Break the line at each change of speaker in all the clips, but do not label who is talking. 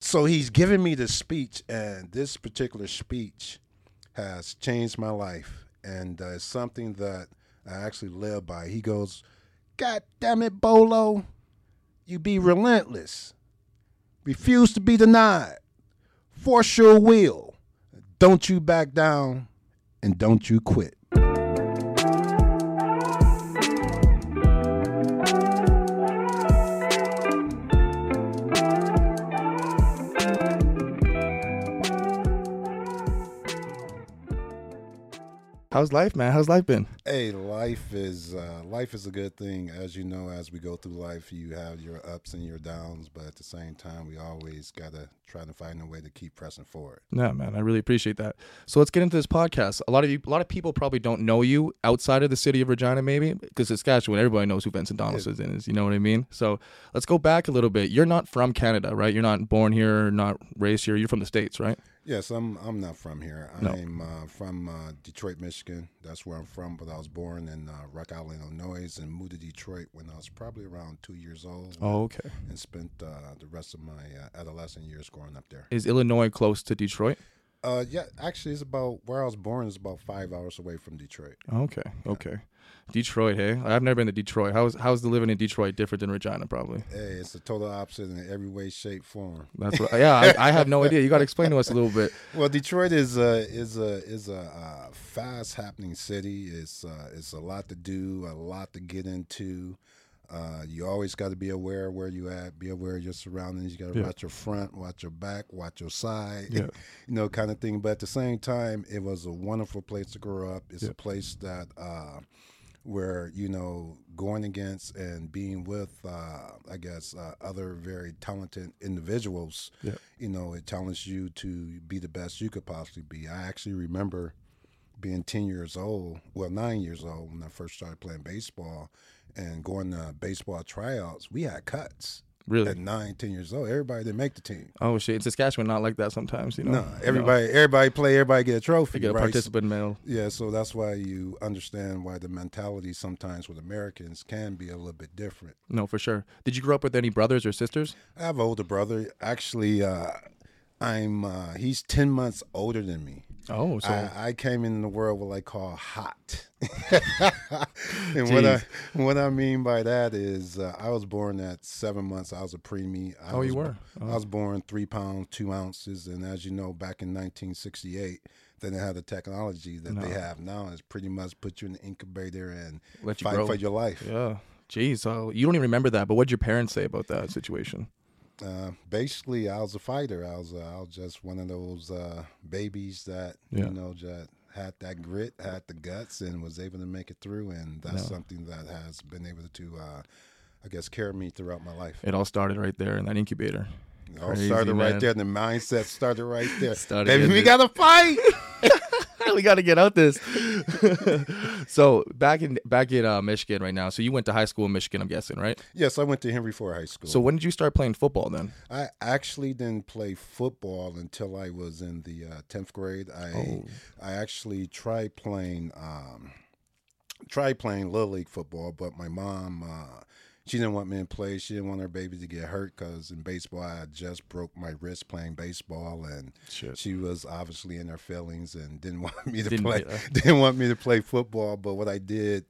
so he's giving me this speech, and this particular speech has changed my life, and uh, it's something that I actually live by. He goes, "God damn it, Bolo, you be relentless, refuse to be denied, force your will, don't you back down, and don't you quit."
How's life, man? How's life been?
Hey, life is uh, life is a good thing. As you know, as we go through life, you have your ups and your downs, but at the same time, we always gotta try to find a way to keep pressing forward.
Yeah, man, I really appreciate that. So let's get into this podcast. A lot of you, a lot of people probably don't know you outside of the city of Regina, maybe because Saskatchewan. Everybody knows who Vincent Donaldson is. You know what I mean? So let's go back a little bit. You're not from Canada, right? You're not born here, not raised here. You're from the states, right?
Yes, I'm I'm not from here. I'm uh, from uh, Detroit, Michigan. That's where I'm from, but I was born in uh, Rock Island, Illinois, and moved to Detroit when I was probably around two years old,
Oh, okay.
and spent uh, the rest of my uh, adolescent years growing up there.
Is Illinois close to Detroit?
Uh, yeah, actually, it's about where I was born is about five hours away from Detroit.
Okay, okay. Detroit, hey, I've never been to Detroit. How's how's the living in Detroit different than Regina? Probably.
Hey, it's the total opposite in every way, shape, form.
That's what. yeah, I, I have no idea. You got to explain to us a little bit.
Well, Detroit is a is a is a uh, fast happening city. It's uh, it's a lot to do, a lot to get into. Uh, you always got to be aware of where you at, be aware of your surroundings. You got to
Yeah.
watch your front, watch your back, watch your side,
Yeah.
you know, kind of thing. But at the same time, it was a wonderful place to grow up. It's
Yeah.
a place that uh, where you know going against and being with, uh, I guess, uh, other very talented individuals
Yeah.
you know, it challenges you to be the best you could possibly be. I actually remember being 10 years old, well, nine years old when I first started playing baseball and going to baseball tryouts. We had cuts
Really.
at nine, 10 years old. Everybody didn't make the team.
Oh shit, in Saskatchewan, not like that sometimes. You know.
No, everybody, everybody play, everybody get a trophy.
You get a
right?
participant medal.
Yeah, so that's why you understand why the mentality sometimes with Americans can be a little bit different.
No, for sure. Did you grow up with any brothers or sisters?
I have an older brother. Actually, uh, I'm uh, he's 10 months older than me.
Oh, so
I, I came in the world what I call hot, and what I
Jeez.
what I mean by that is uh, I was born at seven months. I was a preemie. I
Oh,
was,
you were?
I was born three pounds two ounces, and as you know, back in 1968, they didn't have the technology that they have now. It's pretty much put you in the incubator and
Let you
fight
grow.
for your life.
yeah. Jeez, so you don't even remember that, but what did your parents say about that situation?
Uh, basically, I was a fighter. I was uh, I was just one of those uh, babies that
Yeah.
you know just had that grit, had the guts, and was able to make it through. And that's something that has been able to, uh, I guess, carry me throughout my life.
It all started right there in that incubator.
It all
Crazy,
started right
man.
there. The mindset started right there.
Started
Baby,
getting
we
it.
gotta fight.
we got to get out this. so back in back in uh, Michigan right now. So you went to high school in Michigan, I'm guessing, right?
yes, I went to Henry Ford High School.
So when did you start playing football then?
I actually didn't play football until I was in the uh, tenth grade. I I actually tried playing um, tried playing little league football, but my mom uh, she didn't want me to play. She didn't want her baby to get hurt because in baseball I had just broke my wrist playing baseball, and
Shit.
she was obviously in her feelings and didn't want me to
Didn't
play.
get her.
Didn't want me to play football. But what I did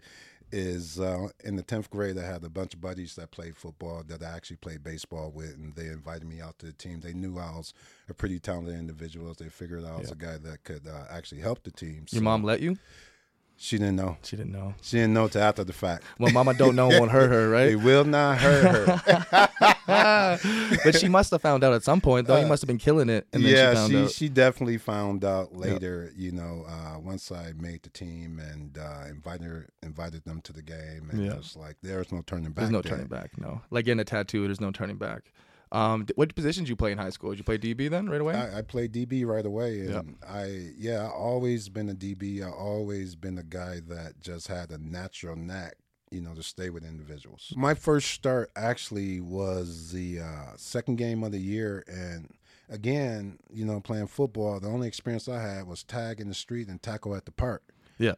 is uh, in the tenth grade, I had a bunch of buddies that played football that I actually played baseball with, and they invited me out to the team. They knew I was a pretty talented individual. They figured I was a guy that could uh, actually help the team. So
Your mom let you?
She didn't know.
She didn't know.
She didn't know till after the fact.
Well, mama don't know won't hurt her,
It
right?
will not hurt her.
but she must have found out at some point, though. you must have been killing it, and then she
Uh, yeah,
found
she,
out.
she definitely found out later. You know, uh, once I made the team and uh, invited her, invited them to the game, and
Yeah.
it was like there's no turning back.
There's no
there.
turning back. No, like getting a tattoo. There's no turning back. Um, d- what positions you play in high school? Did you play DB then, right away?
I, I played DB right away, and I yeah, I always been a DB. I always been a guy that just had a natural knack, you know, to stay with individuals. My first start actually was the uh, second game of the year, and again, you know, playing football. The only experience I had was tag in the street and tackle at the park.
Yeah,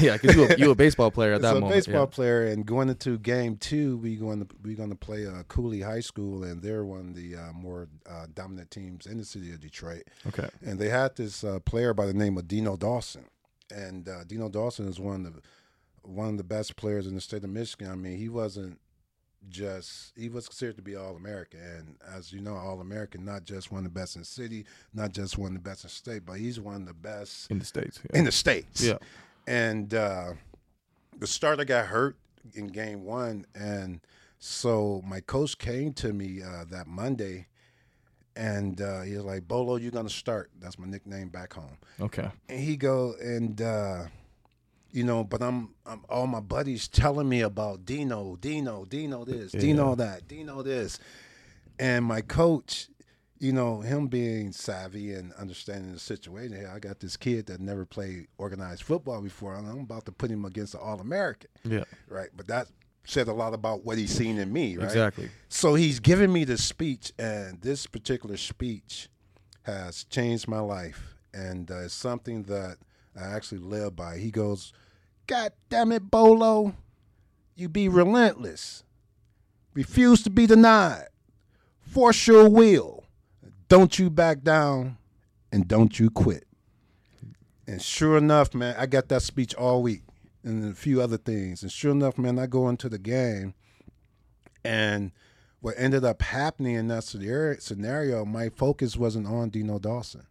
yeah, because you a, you a baseball player at that
so
moment.
baseball player, and going into game two, we going to, we going to play uh, Cooley High School, and they're one of the uh, more uh, dominant teams in the city of Detroit.
yeah. Okay.
And they had this uh, player by the name of Dino Dawson, and uh, Dino Dawson is one of the one of the best players in the state of Michigan. I mean, he wasn't just he was considered to be all American, and as you know, all American, not just one of the best in the city, not just one of the best in the state, but he's one of the best
In the states. Yeah.
in the states.
Yeah.
And uh, the starter got hurt in game one, and so my coach came to me uh, that Monday, and uh, he was like, "Bolo, you're gonna start." That's my nickname back home.
Okay.
And he go and. Uh, you know, but I'm, I'm all my buddies telling me about Dino, Dino, Dino this, Dino that, Dino this, and my coach, you know, him being savvy and understanding the situation. Hey, I got this kid that never played organized football before, and I'm about to put him against an All American,
Yeah.
right? But that said a lot about what he's seen in me, right?
Exactly.
So he's giving me this speech, and this particular speech has changed my life, and uh, it's something that I actually live by. He goes, "God damn it, Bolo, you be relentless, refuse to be denied, force your will, don't you back down, and don't you quit." And sure enough, man, I got that speech all week, and a few other things. And sure enough, man, I go into the game. And what ended up happening in that scenario- scenario, my focus wasn't on Dino Dawson.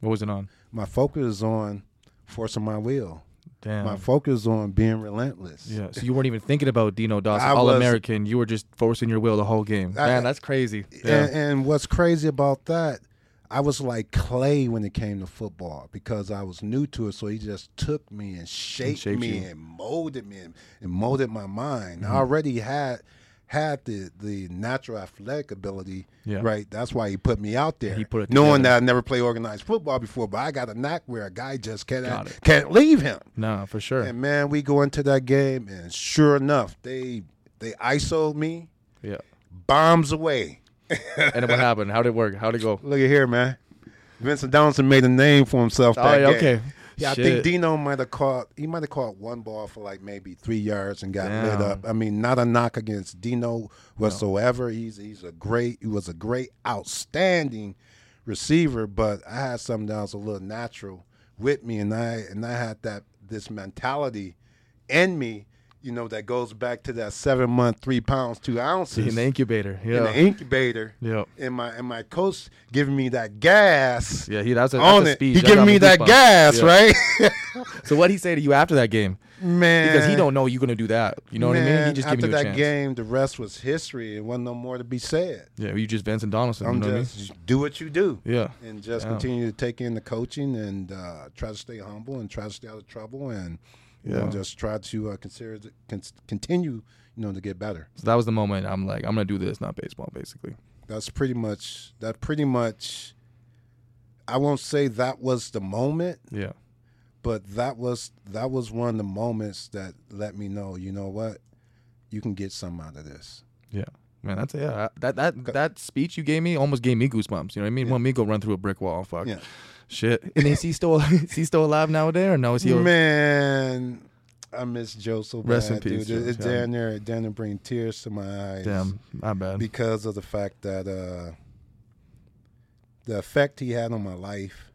What was it on?
My focus is on forcing my will.
Damn.
My focus is on being relentless.
yeah. So you weren't even thinking about Dino Dawson,
I
All
was-
American. You were just forcing your will the whole game.
I-
Man, that's crazy. Yeah.
And, and what's crazy about that, I was like clay when it came to football because I was new to it. So he just took me and shaped,
shaped
me
you. Mm-hmm.
and molded me and, and molded my mind. I already had had the the natural athletic ability,
Yeah.
right? That's why he put me out there.
He put it
knowing
together.
that I never played organized football before, but I got a knack where a guy just
Got
can't
it.
can't leave him.
Nah, for sure.
And man, we go into that game, and sure enough, they they ISO me,
yeah.
bombs away.
And then what happened? How did it work? How did it go?
Look at here, man. Vincent Donaldson made a name for himself.
Oh,
that
yeah,
game.
okay.
Yeah, I
Shit.
think Dino might have caught. He might have caught one ball for like maybe three yards and got
Damn.
lit up. I mean, not a knock against Dino whatsoever. He's he's a great. He was a great, outstanding receiver. But I had something that was a little natural with me, and I and I had that this mentality in me. You know, that goes back to that seven month, three pounds, two ounces
In the incubator.
in
Yeah.
the incubator
yeah.
and my and my coach giving me that gas
Yeah, he that's a,
on
that's a
it.
speech.
He
That
giving
got
me that
goosebumps.
gas,
Yeah.
right?
So what would he say to you after that game?
man,
Because he don't know you're gonna do that. You know what I mean? He
man,
just
after
giving you a
that
chance.
game, the rest was history. It wasn't no more to be said.
Yeah, you just Vincent Donaldson.
I'm
you know what I mean?
just do what you do.
Yeah.
And just
Yeah.
continue to take in the coaching and uh, try to stay humble and try to stay out of trouble and you know,
Yeah.
just try to uh, consider con- continue you know to get better.
So that was the moment I'm like, I'm gonna do this, not baseball, basically.
that's pretty much that pretty much i won't say that was the moment
Yeah.
but that was that was one of the moments that let me know you know what you can get some out of this
Yeah. Man, that's yeah. That that that speech you gave me almost gave me goosebumps. You know what I mean? One me go run through a brick wall. Fuck.
Yeah.
Shit. And is he still is he still alive nowadays or no? Is he?
man i miss joe so bad
Rest in peace,
dude
Joe.
it's
Yeah.
down there down there bring tears to my eyes
Damn. My bad.
because of the fact that uh the effect he had on my life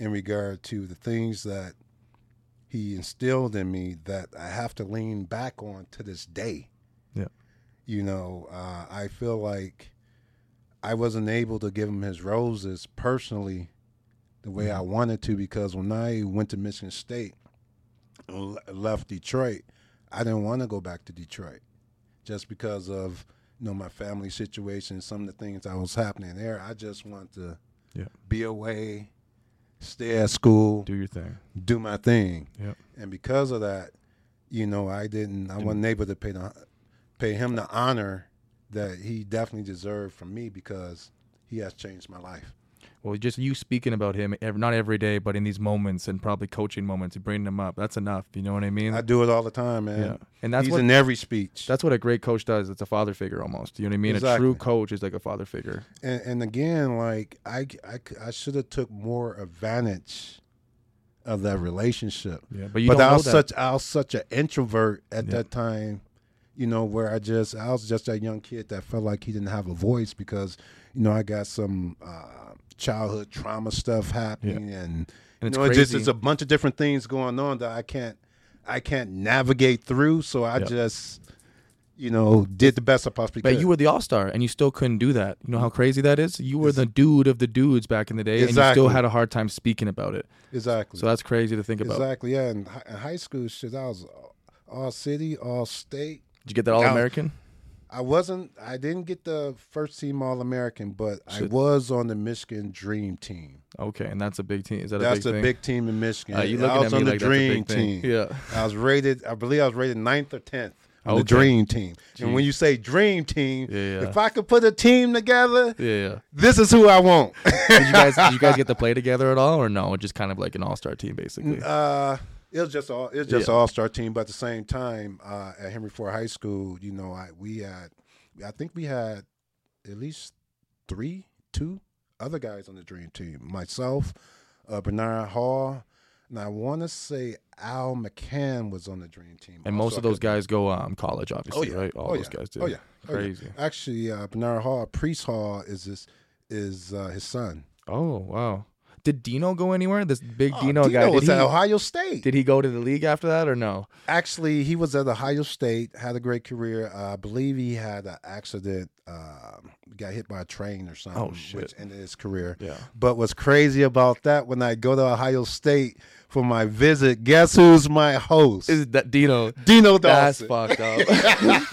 in regard to the things that he instilled in me that I have to lean back on to this day.
Yeah.
You know, uh, I feel like I wasn't able to give him his roses personally the way I wanted to because when I went to Michigan State and le- left Detroit, I didn't want to go back to Detroit just because of you know my family situation, some of the things that was happening there. I just want to
Yeah.
be away, stay at school,
Do your thing.
do my thing.
Yep.
And because of that, you know, I didn't, I wasn't able to pay the, pay him the honor that he definitely deserved from me because he has changed my life.
Well, just you speaking about him, ev not every day, but in these moments and probably coaching moments, and bringing him up. That's enough. You know what I mean?
I do it all the time, man.
yeah. And that's
He's
what
in every speech.
that's what a great coach does. It's a father figure almost. You know what I mean? A
Exactly.
true coach is like a father figure.
and, and again, like I, I, should have took more advantage of that relationship.
Yeah, but you
but
don't
I
know
was
that.
such I was such an introvert at
Yeah.
that time, you know, where I just I was just that young kid that felt like he didn't have a voice because you know I got some uh, childhood trauma stuff happening and, you
it's
know it just
crazy.
it's a bunch of different things going on that I can't I can't navigate through. So I
Yeah.
just you know did the best I possibly
But
could.
you were the all star, and you still couldn't do that. You know how crazy that is. You were the dude of the dudes back in the day, and you still
Exactly.
had a hard time speaking about it.
exactly
So that's crazy to think about.
exactly yeah. In, hi- in high school, shit, I was uh, all city, all state.
Did you get that all American?
I wasn't. I didn't get the first team All American, but I was on the Michigan Dream Team.
Okay, and that's a big team. Is that
That's
a
a
big thing?
big team in Michigan.
Uh, you
I
looking
was
at me
on the
like that's a
Dream
big thing.
Team.
Yeah.
I was rated. I believe I was rated ninth or tenth on the
Okay.
Dream Team. And when you say Dream Team,
Yeah, yeah.
if I could put a team together,
Yeah, yeah.
this is who I want.
Did you guys did you guys get to play together at all, or no? Just kind of like an all star team, basically.
Uh, it was just all it was just
Yeah.
all star team, but at the same time, uh, at Henry Ford High School, you know, I we had, I think we had at least three, two other guys on the dream team. Myself, uh, Bernard Hall, and I want to say Al McCann was on the dream team.
and
also.
most of those guys go um, college, obviously,
yeah.
right? All
Oh,
those
yeah.
guys do.
Oh, yeah. Oh, yeah.
Crazy.
actually uh, Bernard Hall, Priest Hall is this is uh, his son.
Oh wow. Did Dino go anywhere? This big
Oh,
Dino, guy. Did
was
he,
at Ohio State.
did he go to the league after that or no?
actually he was at ohio state had a great career uh, i believe he had an accident um, got hit by a train or something
Oh, shit.
which ended his career
Yeah.
but what's crazy about that when i go to ohio state for my visit guess who's my host
Is that Dino?
dino
That's
Dawson.
fucked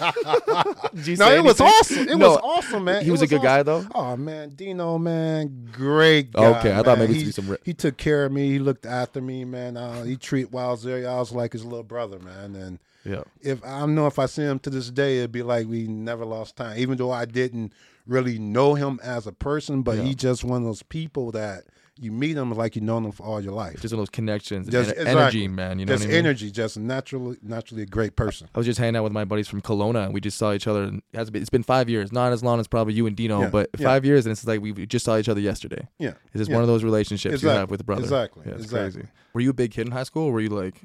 up. Did you
no
say
it was
anything?
awesome it
No,
was awesome man
He
It
was, a good
awesome.
guy though.
Oh man, Dino man, great guy.
Okay, I thought
man.
maybe it's
he,
be some ri-
he took care of me. He looked after me, man. Uh, he treat Wild Zeri. I was like his little brother, man. And
Yeah.
if I don't know if I see him to this day, it'd be like we never lost time. Even though I didn't really know him as a person, but
Yeah.
he just one of those people that you meet him like you known him for all your life.
Just those connections, and
Just-
ener-
exactly.
energy, man. You know
just
what I mean?
energy, just naturally, naturally a great person.
I was just hanging out with my buddies from Kelowna, and we just saw each other. And it has been, it's been five years, not as long as probably you and Dino,
Yeah,
but
yeah.
five years, and it's like we just saw each other yesterday.
Yeah,
It's just
yeah.
one of those relationships you have
Exactly,
with a brother.
exactly,
yeah, it's
exactly.
crazy. Were you a big kid in high school? Or were you like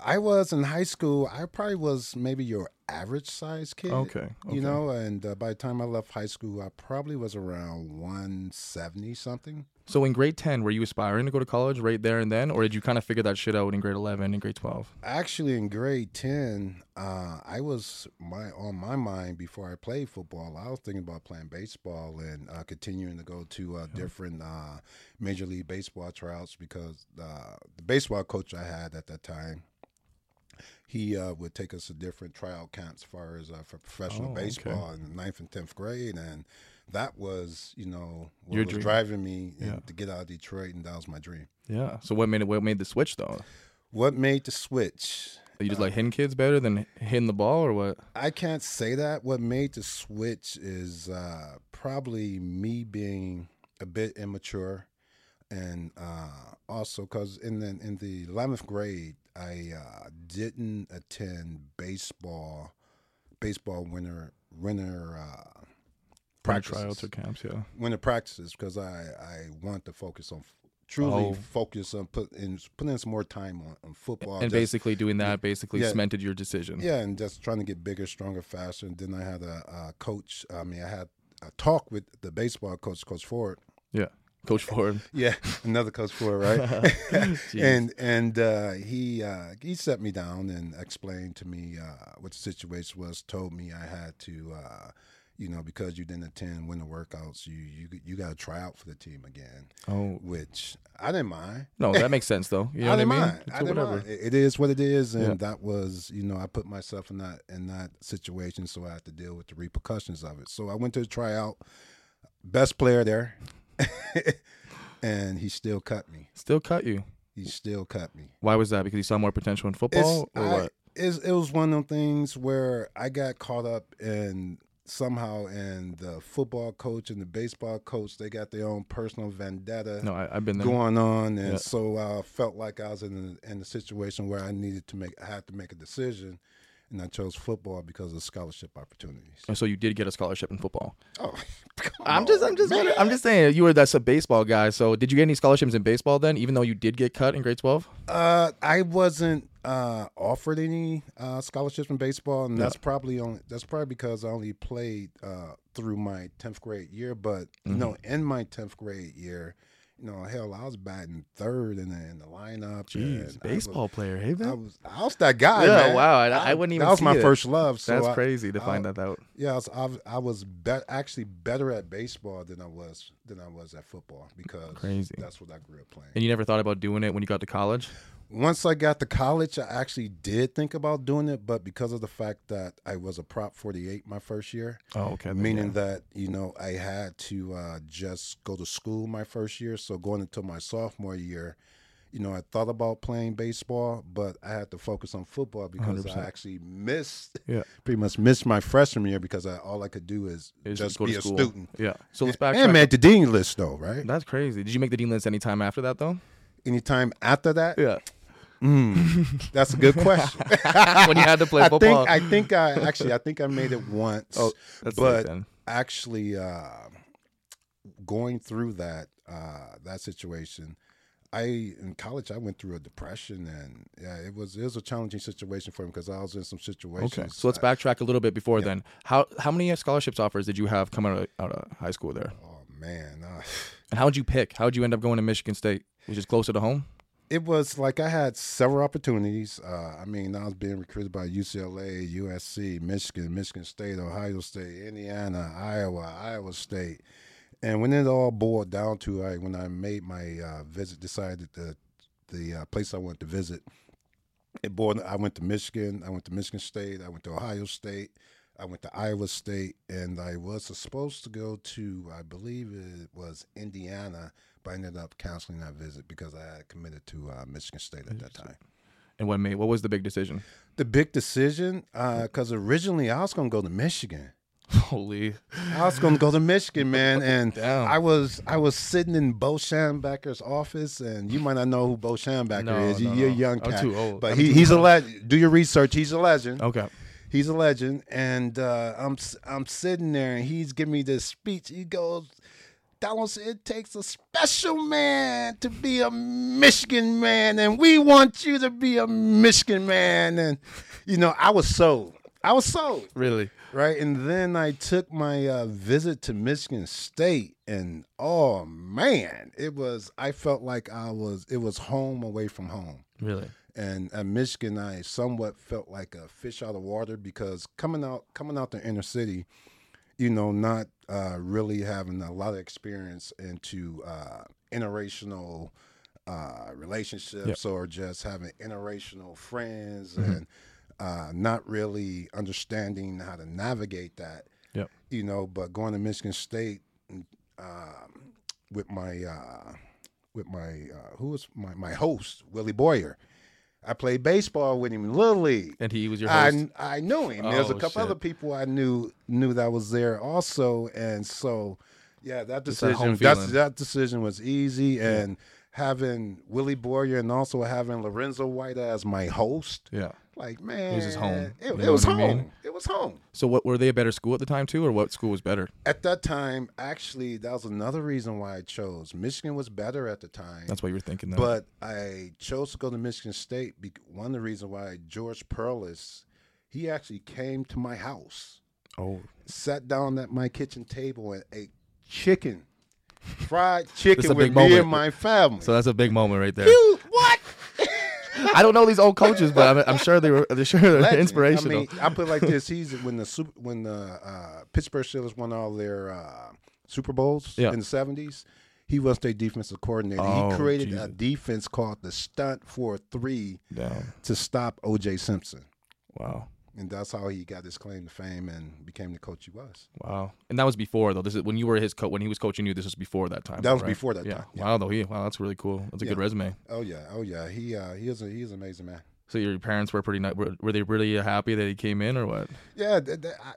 I was in high school. I probably was maybe your average size kid.
okay? okay.
You know, and uh, by the time I left high school, I probably was around 170 something.
So in grade ten, were you aspiring to go to college right there and then, or did you kind of figure that shit out in grade eleven and grade twelve?
actually in grade 10 uh, i was my on my mind before i played football i was thinking about playing baseball and uh, continuing to go to uh, different uh, major league baseball tryouts because uh, the baseball coach i had at that time he uh, would take us to different tryout camps as far as uh, for professional
Oh, okay.
baseball in the ninth and 10th grade and that was you know what
Your
was
dream.
driving me uh,
Yeah.
to get out of detroit and that was my dream
Yeah. So what made it? What made the switch though?
what made the switch
Are you just like hitting kids better than hitting the ball, or what?
I can't say that. What made the switch is uh, probably me being a bit immature, and uh, also because in the in the eleventh grade, I uh, didn't attend baseball baseball winter winter uh,
Like
practices
Tryouts or camps? Yeah.
winter practices because I I want to focus on truly
Oh.
focus on put in putting in some more time on, on football
and
Oh, just-
basically doing that basically
yeah.
cemented your decision.
yeah, and just trying to get bigger, stronger, faster. And then I had a, uh coach. I mean, I had a talk with the baseball coach, Coach Ford.
Yeah. Coach Ford.
Yeah, another Coach Ford, right?
Jeez.
and and uh, he uh, he sat me down and explained to me uh, what the situation was. Told me I had to, uh, you know, because you didn't attend winter workouts, you you you got to try out for the team again,
oh
which I didn't mind.
no, that makes sense though. You
I
know what I
didn't
mean?
mind.
So
I didn't
whatever.
mind. It it is what it is, and
Yeah.
that was, you know, I put myself in that in that situation, so I had to deal with the repercussions of it. So I went to the tryout, best player there, and he still cut me.
Still cut you.
He still cut me.
Why was that? Because you saw more potential in
It's,
football, or
I-
what?
it's- it was one of them things where I got caught up in somehow, and the football coach and the baseball coach they got their own personal vendetta
No, I, I've been there.
going on, and
Yeah.
so I felt like I was in a, in a situation where I needed to make, I had to make a decision, and I chose football because of scholarship opportunities.
And so you did get a scholarship in football.
Oh, come
Mm. I'm just, I'm
on,
just,
man.
wondering- I'm just saying you were that's a baseball guy. So did you get any scholarships in baseball then, even though you did get cut in grade 12?
Uh, I wasn't uh, offered any uh, scholarships in baseball, and that's probably only that's probably because I only played uh, through my tenth grade year. But you know,
Mm-hmm.
in my tenth grade year, you know, hell, I was batting third in the, in the lineup. and I was-
player, hey
I was, I was that guy.
Yeah,
man.
wow, I- I wouldn't even
That was
see
my
it.
first love. So
That's
I-
crazy to
I-
find that out.
Yeah, I was, I was, I was bet actually better at baseball than I was than I was at football because
Crazy.
that's what I grew up playing.
And you never thought about doing it when you got to college?
Once I got to college, I actually did think about doing it, but because of the fact that I was a prop 48 my first year,
Oh, okay. then,
meaning
yeah.
that, you know, I had to uh, just go to school my first year. So going into my sophomore year, you know, I thought about playing baseball, but I had to focus on football because I
100%.
actually missed,
Yeah.
pretty much missed my freshman year because I, all I could do is,
Is
just
go
be
to
a
school.
student.
Yeah. So let's backtrack.
And made the dean list though, right?
That's crazy. Did you make the dean list any time after that though?
Anytime after that,
Yeah.
that's a good question.
when you had to play
I
football.
think I think I actually I think I made it once.
Oh, that's sick
but
then.
actually uh, going through that uh, that situation, I in college I went through a depression and yeah, it was it was a challenging situation for me because I was in some situations.
okay. So let's
that-
backtrack a little bit before then. How how many scholarships offers did you have coming out of, out of high school there?
oh man, uh,
And how'd you pick? How'd you end up going to Michigan State, which is closer to home?
it was like I had several opportunities. Uh, I mean, I was being recruited by UCLA, USC, Michigan, Michigan State, Ohio State, Indiana, Iowa, Iowa State. And when it all boiled down to, I when I made my uh, visit, decided that the uh, place I wanted to visit, it boiled. I went to Michigan, I went to Michigan State, I went to Ohio State, I went to Iowa State, and I was supposed to go to, I believe it was Indiana, but I ended up canceling that visit because I had committed to uh, Michigan State at that time.
And what made what was the big decision?
The big decision, because originally I was going to go to Michigan.
Holy.
I was gonna go to Michigan, man, and
Damn.
I was I was sitting in Bo Schembecker's office, and you might not know who Bo Schembecker
No,
is. You,
no,
you're a
no.
young
I'm
cat,
too old.
but
I'm
he,
too
he's a legend. Do your research. He's a legend.
Okay.
He's a legend, and uh, I'm s- I'm sitting there, and he's giving me this speech. He goes, "Dallas, it takes a special man to be a Michigan man, and we want you to be a Michigan man." And you know, I was sold. I was sold
Really?
right? And then I took my uh, visit to Michigan State, and oh man, it was. I felt like I was. It was home away from home.
Really.
And at Michigan, I somewhat felt like a fish out of water because coming out coming out the inner city, you know, not uh, really having a lot of experience into uh, interrational uh, relationships or just having interracial friends and uh, not really understanding how to navigate that.
Yep.
You know, but going to Michigan State mm, um, with my uh, with my uh, who was my my host Willie Boyer. I played baseball with him, Little League.
And he was your host.
I, I knew him. There's a
Oh,
couple
shit.
other people I knew knew that was there also, and so yeah, that
that
decision
home
that's-
feeling.
that decision was easy, and having Willie Boyer and also having Lorenzo White as my host,
yeah.
like man,
was his home.
It,
You
it
know
was
what I
home.
mean?
It was home.
So what were they a better school at the time too, or what school was better?
At that time, actually, that was another reason why I chose Michigan was better at the time.
That's what you were thinking. Though.
But I chose to go to Michigan State. Be- one of the reasons why George Perlis, he actually came to my house,
oh,
sat down at my kitchen table and ate chicken, fried chicken
a
with me
big moment.
and my family.
so that's a big moment right there.
you what?
I don't know these old coaches, but I'm, I'm sure they were. They're sure they're
Legend.
inspirational.
I mean, I put it like this: he's when the super, when the uh, Pittsburgh Steelers won all their uh, Super Bowls
Yeah.
in the seventies. He was their defensive coordinator.
Oh,
he created
Jesus.
a defense called the stunt for three
Damn.
to stop OJ Simpson.
Wow.
And that's how he got his claim to fame and became the coach he was.
Wow. And that was before though. This is when you were his coach. When he was coaching you, this was before that time.
That was
right?
before that
Yeah.
time, yeah.
Wow. Though. He. Wow. That's really cool. That's a good resume.
Oh yeah, oh yeah. He uh, he is a, he is an amazing man.
So your parents were pretty. Ni- were, were they really happy that he came in, or what?
Yeah. Th- th- I,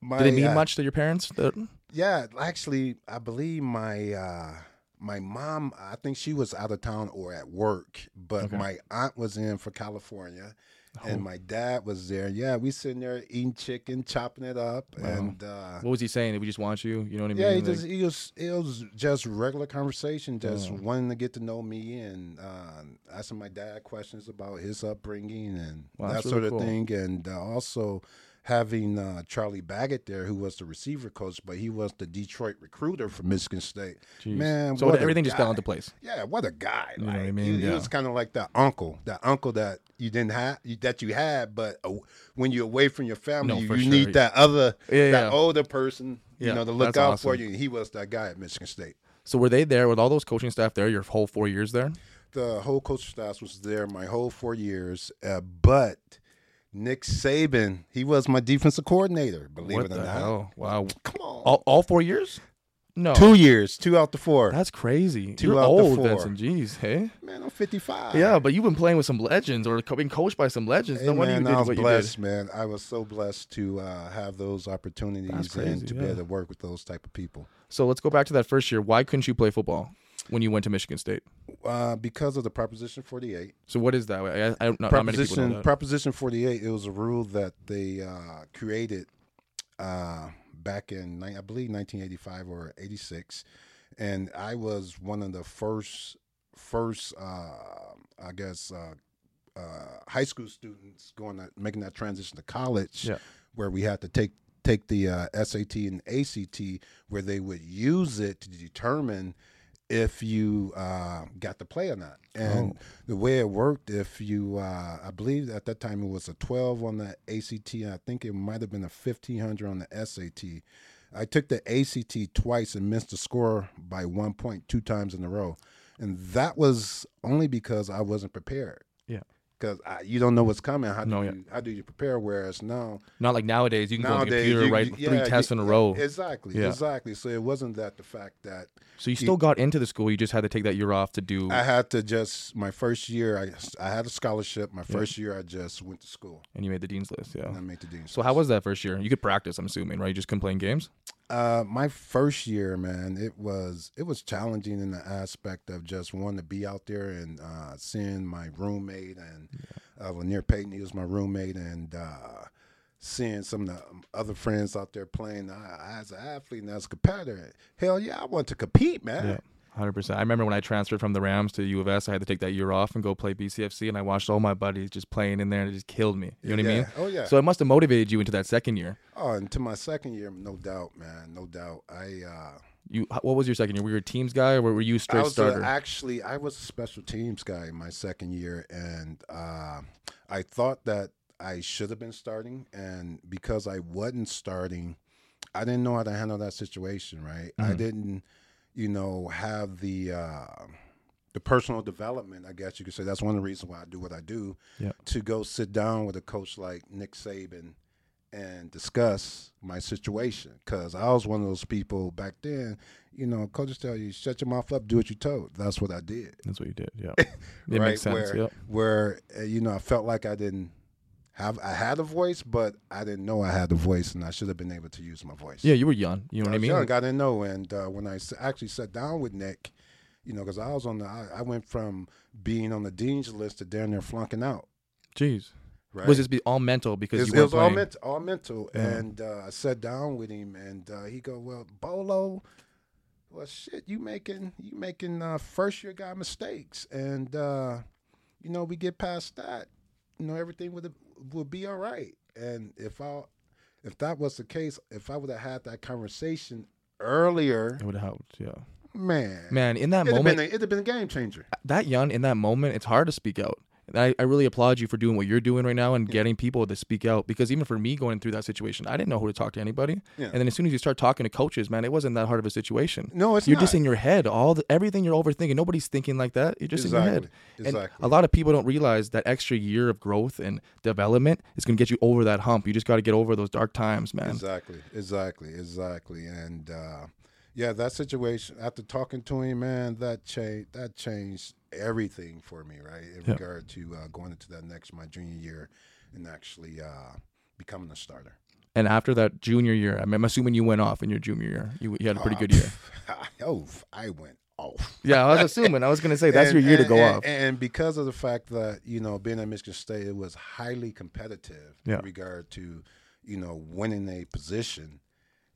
my,
Did it mean
uh,
much to your parents? that-
Yeah, actually, I believe my uh, my mom. I think she was out of town or at work, but my aunt was in for California,
Oh.
and my dad was there. Yeah, we sitting there eating chicken, chopping it up, and uh,
What was he saying? Did we just want you? You know what I mean?
yeah, he
Like,
just he was it was just regular conversation, just wanting to get to know me and uh, asking my dad questions about his upbringing and
Wow,
that
that's
sort
really
of
cool.
thing, and uh, also having uh, Charlie Baggett there, who was the receiver coach, but he was the Detroit recruiter for Michigan State.
jeez.
Man,
so
what a
everything just fell
guy.
into place.
Yeah, what a guy!
know what I
like,
mean?
He, he
Yeah.
was kind of like that uncle, that uncle that you didn't have, you, that you had, but uh, when you're away from your family,
No,
you,
for
you
sure.
need that other,
Yeah,
that
yeah.
older person,
Yeah,
you know, to look
that's
out for
awesome.
you. And he was that guy at Michigan State.
So were they there with all those coaching staff there your whole four years there?
The whole coaching staff was there my whole four years, uh, but Nick Saban, he was my defensive coordinator. Believe
what
it
the
or not,
hell? Oh. Wow.
come on,
All, all four years? No.
two years, two out the four.
That's crazy.
Two
You're
out the
old,
four.
Vincent. Jeez, hey.
Man, I'm 55.
Yeah, but you've been playing with some legends or co- being coached by some legends.
Hey,
no wonder
man,
you did
I was
what
blessed, man. I was so blessed to uh, have those opportunities
crazy,
and to be
yeah.
able to work with those type of people.
you did. So let's go back to that first year. Why couldn't you play football when you went to Michigan State?
Uh, because of the Proposition 48.
So what is that? I, I, I don't know. Not many people know
Proposition
that.
Proposition 48. It was a rule that they uh, created uh, back in ni- I believe 1985 or 86, and I was one of the first first uh, I guess uh, uh, high school students going to, making that transition to college,
Yeah.
where we had to take take the uh, SAT and ACT, where they would use it to determine if you uh, got to play or not. And
Oh.
the way it worked, if you, uh, I believe at that time it was a 12 on the ACT, and I think it might have been a 1500 on the SAT. I took the ACT twice and missed the score by one point two times in a row. And that was only because I wasn't prepared.
Yeah.
Because you don't know what's coming. How do,
No, yeah.
you, how do you prepare? Whereas now,
Not like nowadays. You can go on the
nowadays,
computer,
you-
write
you-
three
yeah,
tests
you-
in a row.
Exactly,
Yeah.
exactly. So it wasn't that the fact that
so you still got into the school. You just had to take that year off to do.
I had to just my first year. I I had a scholarship. My first year, I just went to school
and you made the dean's list. Yeah.
and I made the dean's.
Oh. So how was that first year? You could practice, I'm assuming, right? You just couldn't play in games.
Uh, my first year, man, it was it was challenging in the aspect of just wanting to be out there and uh, seeing my roommate and uh, Lanier Payton. He was my roommate, and uh, seeing some of the um, other friends out there playing. I, as an athlete and as a competitor, hell yeah, I want to compete, man.
Hundred percent. I remember when I transferred from the Rams to U of S, I had to take that year off and go play BCFC, and I watched all my buddies just playing in there, and it just killed me. You know what I
Yeah.
mean?
Oh, yeah.
So it must have motivated you into that second year.
Oh, and to my second year, no doubt, man, no doubt. I uh,
You, h- what was your second year? Were you a teams guy, or were you a
I
straight
was
starter?
A, actually I was a special teams guy my second year, and uh, I thought that I should have been starting, and because I wasn't starting, I didn't know how to handle that situation. Right,
Mm-hmm.
I didn't, you know, have the. Uh, the personal development, I guess you could say, that's one of the reasons why I do what I do.
Yeah.
To go sit down with a coach like Nick Saban and discuss my situation, because I was one of those people back then. You know, coaches tell you shut your mouth up, do what you told. That's what I did.
That's what you did. Yeah, it makes sense.
where,
yeah.
where uh, you know, I felt like I didn't have, I had a voice, but I didn't know I had a voice, and I should have been able to use my voice.
Yeah, you were young. You know what I
I was
mean?
young, I didn't know. And uh, when I s- actually sat down with Nick, you know, because I was on the, I, I went from being on the dean's list to down there flunking out.
Jeez.
Right.
Was this be all mental because
It's-
you
it
were
was all
playing?
mental, all mental.
Yeah.
And uh, I sat down with him, and uh, he go, "Well, Bolo, well, shit, you making you making uh, first year guy mistakes, and uh, you know we get past that, you know everything would would be all right. And if I if that was the case, if I would have had that conversation earlier,
It would have helped. Yeah.
man,
Man, in that
it'd have
moment,
been a, it'd have been a game changer.
that young in that moment, it's hard to speak out. And I, I really applaud you for doing what you're doing right now and getting people to speak out because even for me going through that situation, I didn't know who to talk to anybody.
Yeah.
And then as soon as you start talking to coaches, man, it wasn't that hard of a situation.
No, it's
you're
not.
just in your head. All the, everything you're overthinking. Nobody's thinking like that. You're just in your head.
Exactly. Exactly.
And a lot of people don't realize that extra year of growth and development is going to get you over that hump. You just got to get over those dark times, man.
Exactly, exactly, exactly. And uh, yeah, that situation after talking to him, man, that changed that changed everything for me, right? In
Yeah.
regard to uh, going into that next my junior year and actually uh, becoming a starter.
And after that junior year, I mean, I'm assuming you went off in your junior year. You, you had a pretty
Uh,
good year.
oh, I went off.
Yeah, I was assuming. I was gonna say that's your year to go
and,
off.
And because of the fact that you know being at Michigan State, it was highly competitive
Yeah.
in regard to you know winning a position.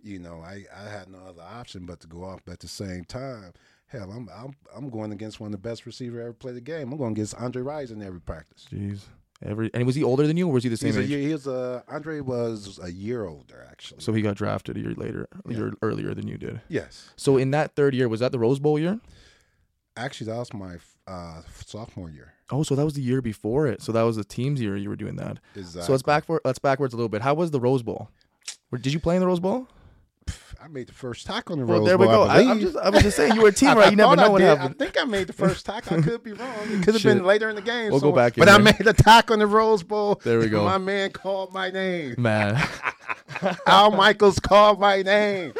You know, I, I had no other option but to go off. But at the same time, hell, I'm I'm I'm going against one of the best receivers ever played the game. I'm going against Andre Rice in every practice.
Jeez. Every and was he older than you, or was he the same
He's a
age?
year, he was a Andre was a year older actually.
So he got drafted a year later, a
Yeah.
year earlier than you did.
yes,
So in that third year, was that the Rose Bowl year?
actually that was my uh, sophomore year.
Oh, so that was the year before it. So that was the team's year you were doing that. So
Exactly.
let's back for let's backwards a little bit. How was the Rose Bowl? Where, did you play in the Rose Bowl?
I made the first tackle on the
Well,
Rose
there we
Bowl,
go.
I
I, am
believe.
just, I was just saying you were a
I-
team, right?
I
You never
thought I
know what
did.
happened.
I think I made the first tackle. I could be wrong. It could have
Shit.
been later in the game.
We'll go
somewhere.
back in
But I
there.
made a tackle on the Rose Bowl.
There we
and
go.
My man called my name.
Man,
Al Michaels called my name.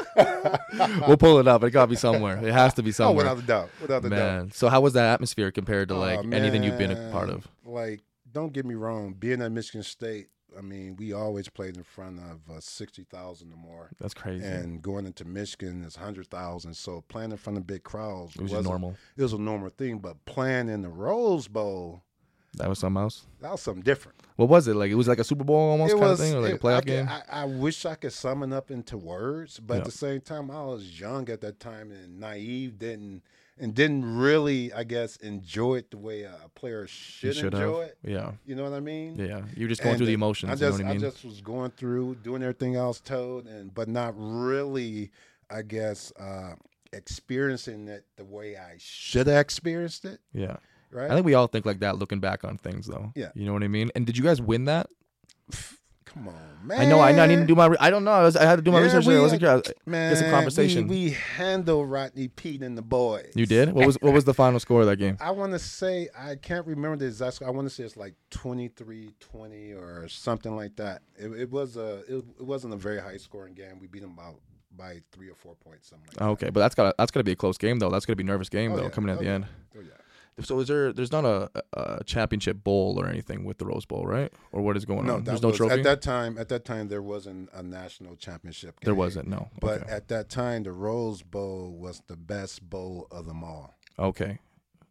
we'll pull it up. It got to be somewhere. It has to be
oh,
somewhere.
without a doubt. Without a doubt.
Man, so how was that atmosphere compared to
Aw,
like anything you've been a part
man.
of?
Like, don't get me wrong. Being at Michigan State, I mean, we always played in front of uh, 60,000 or more.
That's crazy.
And going into Michigan is 100,000. So playing in front of big crowds
it was just
wasn't-
normal.
It was a normal thing. But playing in the Rose Bowl,
That was something else.
that was something different.
What was it like? It was like a Super Bowl almost kind of thing, or like a
it-
playoff
I,
game.
can- I, I wish I could sum it up into words, but
Yeah.
at the same time, I was young at that time and naive, didn't and didn't really, I guess, enjoy it the way a player
You
should,
should
enjoy
have.
it.
Yeah,
You know what I mean?
yeah. You're just going
And
through the
then
emotions.
I just,
you know what I mean?
just was going through doing everything I was told, and but not really, I guess, uh, experiencing it the way I should have experienced it.
yeah.
Right?
I think we all think like that looking back on things, though.
Yeah.
You know what I mean? And did you guys win that?
Come on, man.
I know. I, know, I need to do my. Re- I don't know. I, was, I had to do my
Eh. Yeah,
research.
we
there. I
had-
wasn't sure. I was-
Man,
some conversation.
We, we handle Rodney Pete and the boys.
you did. What was what was the final score of that game?
I want to say I can't remember the exact. score. I want to say it's like 23-20 or something like that. It, it was a it, it wasn't a very high scoring game. We beat them by by three or four points, something like
Okay, but that's got to that's got to be a close game though. That's got to be a nervous game
Oh,
though,
yeah.
coming at
Oh,
the
yeah.
end.
that. Oh yeah.
So is there? There's not a, a championship bowl or anything with the Rose Bowl, right? Or what is going
No,
on?
that
There's no
was-
trophy.
at that time. At that time, there wasn't a national championship.
there
game.
wasn't. No.
But
okay.
at that time, the Rose Bowl was the best bowl of them all.
Okay.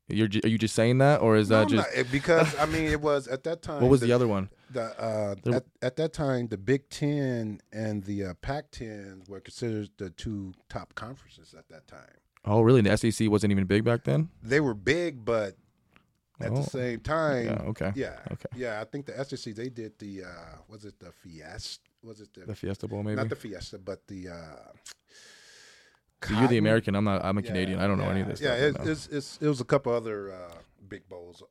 You're ju- are you just saying that, or is
No,
that
I'm
just
not- it- because I mean, it was at that time.
what was the other one?
the uh,
There-
at, at that time the Big Ten and the uh, Pac Ten were considered the two top conferences at that time.
Oh, really? The SEC wasn't even big back then.
They were big, but at
Oh.
the same time,
Yeah.
yeah,
Okay.
yeah,
Okay.
I think the SEC they did the uh, was it the Fiesta? Was it the,
The Fiesta Bowl, maybe.
not the Fiesta, but the uh,
So you're the
Cotton-
American. I'm not. I'm a
Yeah,
Canadian. I don't know any of
yeah,
this.
Yeah,
stuff,
it,
no.
it's, it's, it was a couple other uh, big bowls. uh,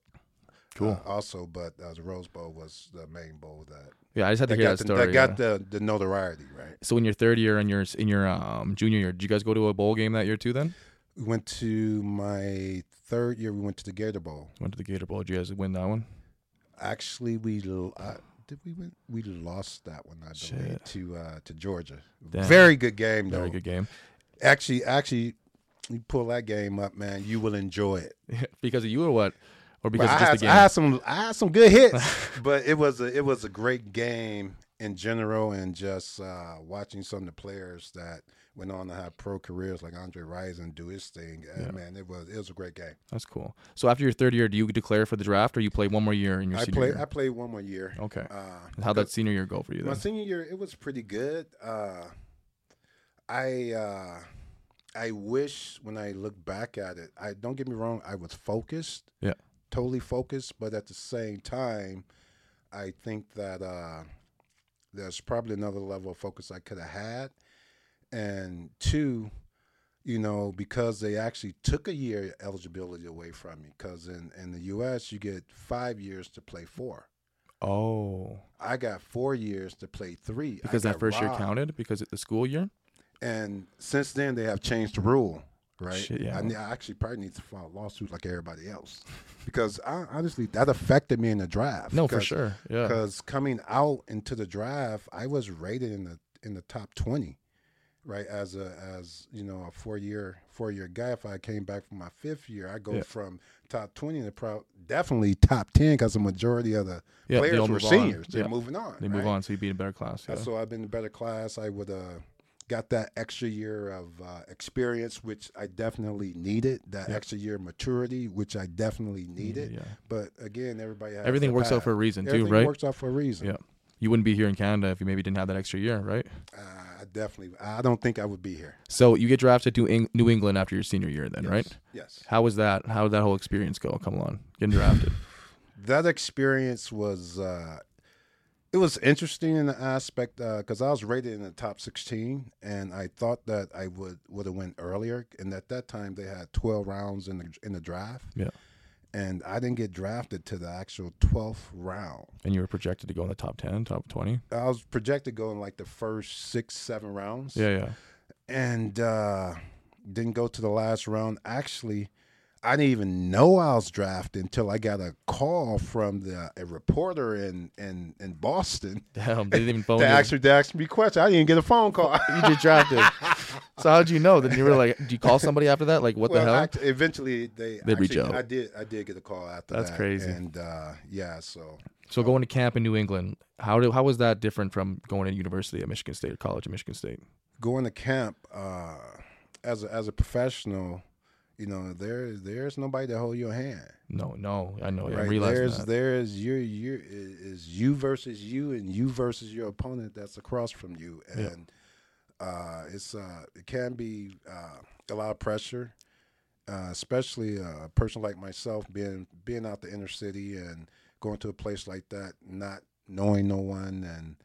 Cool.
also, but uh, the Rose Bowl was the main bowl that,
yeah, I just had to
that
hear
got,
that
the,
story.
that
yeah.
got the, the notoriety, right?
So in your third year and your s- in your um, junior year, did you guys go to a bowl game that year too? Then
We went to my third year. We went to the Gator Bowl.
went to the Gator Bowl. Did you guys win that one?
Actually, we l- uh, did. We went. We lost that one. I believe
Shit.
to uh, to Georgia.
Damn.
Very good game, though.
Very good game
Actually, actually, you pull that game up, man. You will enjoy it.
because of you or what? Or because
But I,
of just
had,
the game?
I had some. I had some good hits, but it was a it was a great game in general, and just uh, watching some of the players that went on to have pro careers like Andre Rison do his thing. uh,
Yeah.
Man, it was it was a great game.
That's cool. So after your third year, do you declare for the draft or you play one more year in your
I
senior
played.
year?
I played one more year.
okay.
Uh,
And how'd that senior year go for you?
My
Then?
senior year, it was pretty good. Uh, I uh, I wish when I look back at it, I don't get me wrong, I was focused.
Yeah.
Totally focused, but at the same time, I think that uh, there's probably another level of focus I could have had. And two, you know, because they actually took a year eligibility away from me, because in, in the U.S., you get five years to play four.
Oh,
I got four years to play three I
because
got
that first year
robbed.
counted because of the school year.
And since then, they have changed the rule, right?
Shit, yeah.
I, ne- I actually probably need to file a lawsuit like everybody else, because I, honestly, that affected me in the draft.
No, for sure. Yeah.
Because coming out into the draft, I was rated in the in the top twenty, right? As a as you know a four year four year guy. If I came back from my fifth year, I go
Yeah.
from top twenty to pro- definitely top ten because the majority of the
Yeah,
players
they'll
were
move on.
seniors. They're
Yeah.
moving on.
They move
right?
on, so you would be in a better class.
Uh,
Yeah.
So I've been in better class. I would uh, got that extra year of uh, experience, which I definitely needed. That
Yeah.
extra year of maturity, which I definitely needed.
Yeah.
But again, everybody has
Everything
their
works out
path.
for a reason
Everything
too, right?
works out for a reason.
Yeah. You wouldn't be here in Canada if you maybe didn't have that extra year, right?
Uh, I definitely. I don't think I would be here.
So you get drafted to Eng- New England after your senior year, then, right?
Yes.
How was that? How did that whole experience go? Come on, getting drafted.
that experience was uh it was interesting in the aspect because I was rated in the top 16, and I thought that I would would have went earlier. And at that time, they had 12 rounds in the in the draft.
Yeah.
and I didn't get drafted to the actual 12th round.
and you were projected to go in the top ten, top twenty.
I was projected going like the first six, seven rounds.
Yeah, yeah.
and uh, didn't go to the last round. Actually, I didn't even know I was drafted until I got a call from the a reporter in in, in Boston.
Damn, they didn't even phone
They
you.
actually they asked me questions. I didn't get a phone call.
you just drafted. so how'd you know? Then you were like, do you call somebody after that? Like, what
well,
the hell?
act- eventually they
They'd reach
actually-
out.
I did I did get a call after
That's
that.
crazy.
And uh, yeah, so
so going to camp in New England, how do how was that different from going to university at Michigan State or college at Michigan State?
going to camp uh, as a, as a professional, you know there there's nobody to hold your hand.
No, no, I know. I
Right.
realize
There's
that.
there's your you is you versus you and you versus your opponent that's across from you
Yeah.
and uh, it's uh, it can be uh, a lot of pressure, uh, especially a person like myself being being out the inner city and going to a place like that, not knowing no one and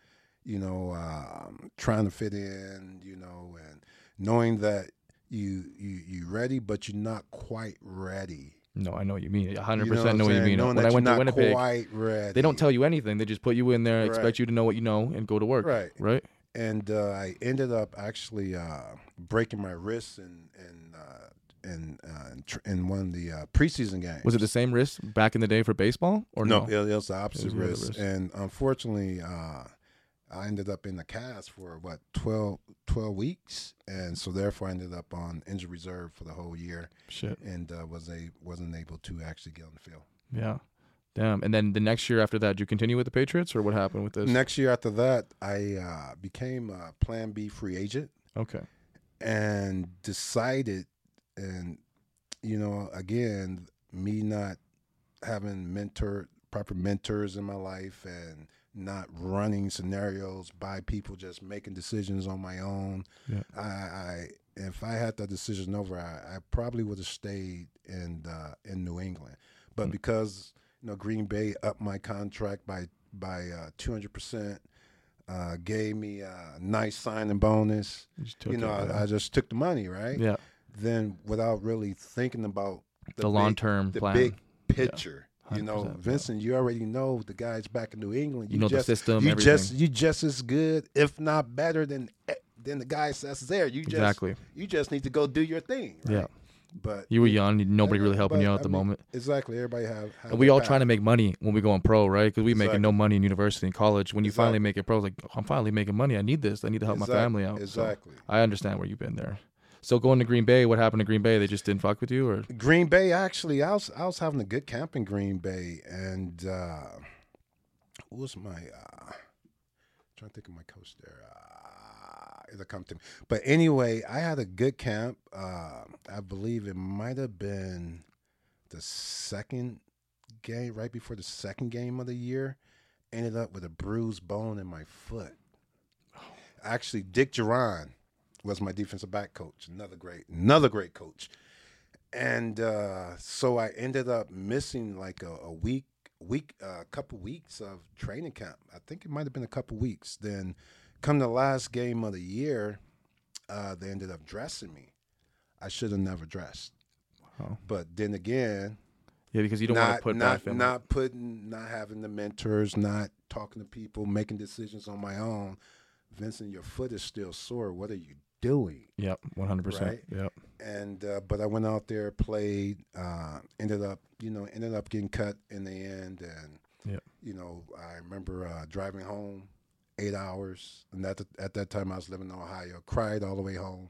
you know um, trying to fit in, you know, and knowing that you you you ready but you're not quite ready.
No, I know what you mean. A hundred
You
percent know
I'm
what you
saying?
mean.
Knowing
when
that
I went
you're
to
not
Winnipeg,
quite ready.
they don't tell you anything. They just put you in there,
Right.
expect you to know what you know, and go to work.
Right.
Right.
And uh, I ended up actually uh, breaking my wrist in in uh, in, uh, in, tr- in one of the uh, preseason games.
Was it the same wrist back in the day for baseball or no?
no, It, it was the opposite
It was the other
wrist.
wrist.
And unfortunately, uh, I ended up in the cast for what 12, 12 weeks, and so therefore I ended up on injury reserve for the whole year,
Shit.
and uh, was a wasn't able to actually get on the field.
Yeah. Damn. And then the next year after that, did you continue with the Patriots or what happened with this?
Next year after that, I uh, became a Plan B free agent.
Okay.
and decided and you know again me not having mentor proper mentors in my life and not running scenarios by people just making decisions on my own
Yeah.
I, I if i had that decision over i, I probably would have stayed in uh, in new england but
Mm.
because you know green bay upped my contract by by uh, 200% uh, gave me a nice signing bonus
You, just took
you know,
it, yeah.
I, I just took the money, right?
yeah.
Then without really thinking about
The,
big-
long term
the
plan.
big picture. You
100%,
know,
yeah.
Vincent, you already know the guys back in New England.
you, know
just,
the system.
you
everything.
just you just as good, if not better than eh, than the guys that's there. You just
exactly.
you just need to go do your thing.
Yeah.
right? But
You were young. Nobody
I-
really helping
but,
you
I
out at the
mean,
moment.
Exactly. Everybody have, have
And we
their
all
path.
trying to make money when we go on pro, right? Because we making
Exactly.
no money in university and college. When you finally
Exactly.
make it pro, it's like "Oh, I'm finally making money. I need this. I need to help
Exact-
my family out. So
Exactly.
I understand where you've been there. So going to Green Bay, what happened to Green Bay? They just didn't fuck with you, or
Green Bay, actually, I was I was having a good camp in Green Bay, and uh, who was my uh, trying to think of my coach there. Uh, it'll come to me. But anyway, I had a good camp. Uh, I believe it might have been the second game, right before the second game of the year. Ended up with a bruised bone in my foot. Actually, Dick Duran was my defensive back coach. Another great, another great coach and uh, so I ended up missing like a, a week, week, a couple weeks of training camp. I think it might have been a couple weeks. Then, come the last game of the year, uh, they ended up dressing me. I should have never dressed.
Wow.
But then again,
yeah, because you don't want
not
to put
not
bad
not putting, not having the mentors, not talking to people, making decisions on my own. Vincent, your foot is still sore. What are you doing?
Yep, one hundred percent.
Right?
Yep.
and uh, but I went out there, played, uh, ended up you know ended up getting cut in the end, and
Yep.
you know I remember uh, driving home eight hours, and at the, at that time I was living in Ohio, cried all the way home,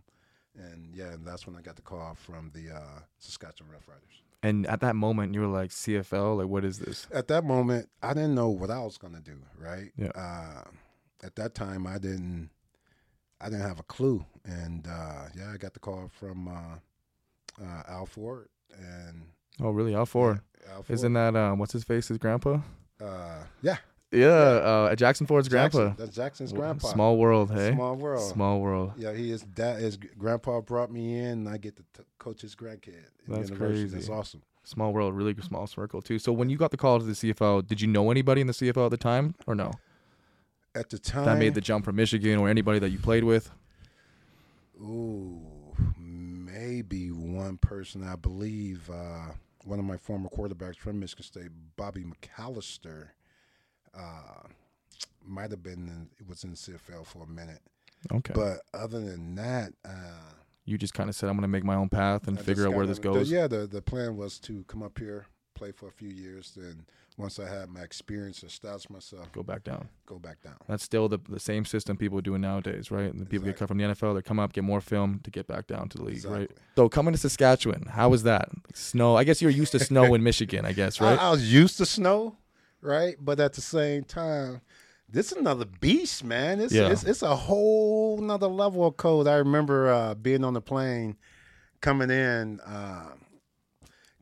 and yeah, and that's when I got the call from the uh, Saskatchewan Rough Riders.
And at that moment, you were like CFL. Like, what is this?
At that moment, I didn't know what I was gonna do, right?
Yeah.
Uh, at that time, I didn't. I didn't have a clue. And uh, yeah, I got the call from uh, uh, Al Ford and
Oh, really? Al Ford.
Al Ford.
Isn't that um, what's his face? His grandpa.
uh, yeah,
Yeah, Uh, Jackson Ford's grandpa.
Jackson, that's Jackson's
W-
grandpa.
Small world, hey.
Small world.
Small world.
Yeah, he is that is grandpa brought me in, and I get to t- coach his grandkid. in
That's
university.
crazy.
That's awesome.
Small world. Really small circle too. So when you got the call to the CFO, did you know anybody in the CFO at the time or no?
At the time,
That made the jump from Michigan or anybody that you played with.
Ooh, maybe one person. I believe uh, one of my former quarterbacks from Michigan State, Bobby McAllister, uh, might have been in, was in CFL for a minute.
Okay.
But other than that, uh,
you just kind of said, I'm going to make my own path and
I
figure
just
out where
got
this
in- the-
goes.
yeah, the the plan was to come up here, play for a few years, then once I had my experience, establish myself,
Go back down.
go back down.
That's still the, the same system people are doing nowadays, right? And the people get cut from the NFL, they come up, get more film to get back down to the league, right?
Exactly.
So coming to Saskatchewan, how was that? Snow. I guess you're used to snow in Michigan, I guess, right?
I, I was used to snow, right? But at the same time, this is another beast, man. It's
Yeah.
it's, it's a whole nother level of cold. I remember uh, being on the plane, coming in, uh,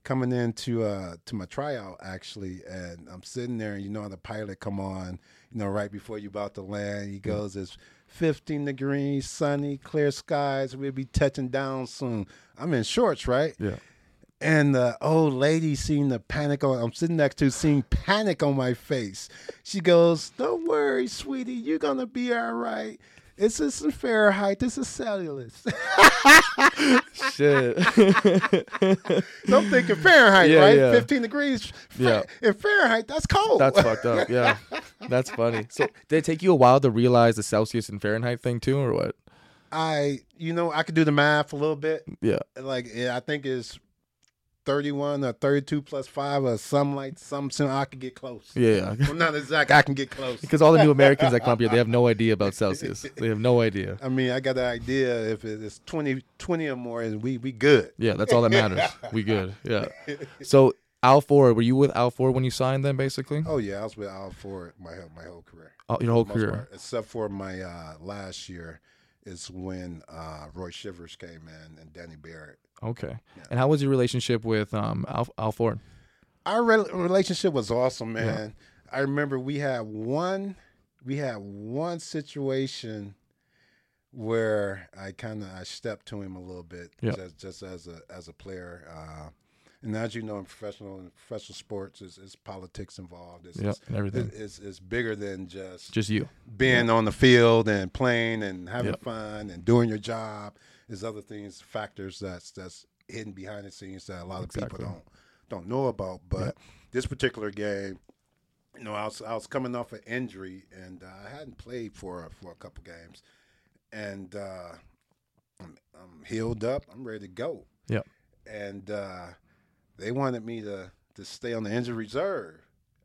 coming into uh, to my tryout actually, and I'm sitting there, and you know how the pilot come on, you know, right before you about to land,
Mm-hmm.
he goes, "It's 15 degrees, sunny, clear skies. We'll be touching down soon." I'm in shorts, right?
yeah.
and the old lady seen the panic on I'm sitting next to seeing panic on my face. She goes, Don't worry, sweetie, you're gonna be all right. This isn't Fahrenheit, this is cellulose.
Shit.
So I'm thinking Fahrenheit,
Yeah,
right?
yeah.
Fifteen degrees Fa-
Yeah.
in Fahrenheit, that's cold.
That's fucked up. Yeah. That's funny. So did it take you a while to realize the Celsius and Fahrenheit thing too, or what?
I you know, I could do the math a little bit.
Yeah.
Like yeah, I think it's thirty one or thirty two plus five or some like some some I could get close.
Yeah.
Well not exact, I can get close.
Because all the new Americans that come up here, they have no idea about Celsius. They have no idea.
I mean, I got the idea if it's 20, 20 or more, and we we good.
Yeah, that's all that matters. We good. Yeah. So Al Ford, were you with Al Ford when you signed then basically?
Oh yeah, I was with Al Ford my whole- my whole career,
Oh, your whole
Most
career.
part, except for my uh, last year, is when uh, Roy Shivers came in and Danny Barrett.
Okay. And how was your relationship with um Al, Al Ford?
Our re- relationship was awesome, man. I remember we had one we had one situation where I kind of I stepped to him a little bit,
Yeah.
just just as a as a player. Uh, and as you know, in professional in professional sports, is it's politics involved. It's,
Yeah, and everything.
it's, it's it's bigger than just
Just you.
being on the field and playing and having
Yep.
fun and doing your job. There's other things, factors that's that's hidden behind the scenes that a lot of
Exactly.
people don't don't know about. But this particular game, you know, I was I was coming off an injury and uh, I hadn't played for for a couple games, and uh, I'm, I'm healed up. I'm ready to go.
Yeah.
And uh, they wanted me to to stay on the injured reserve.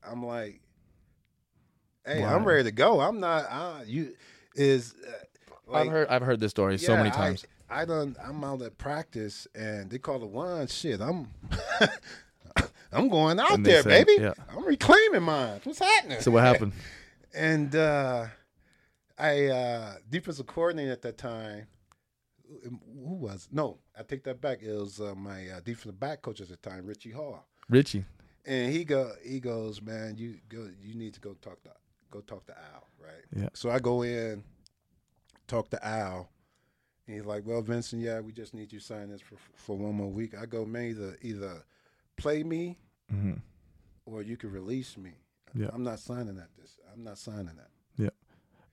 I'm like, hey, I'm
Why?
ready to go. I'm not. I, you is. Uh, like,
I've heard I've heard this story so many
yeah,
times.
I, I done. I'm out at practice, and they call the one. Shit, I'm. I'm going out
And they
there,
said-
baby.
yeah.
I'm reclaiming mine. What's happening?
so what happened?
and uh, I uh, defensive coordinator at that time. Who who was no? I take that back. It was uh, my uh, defensive back coach at the time, Richie Hall,
Richie.
and he go he goes, man, you go, you need to go talk to go talk to Al, right?
Yeah.
So I go in, talk to Al, and he's like, well, Vincent, yeah, we just need you to sign this for for one more week. I go, man, either either play me
Mm-hmm.
or you can release me.
Yeah.
I'm not signing that. This I'm not signing that.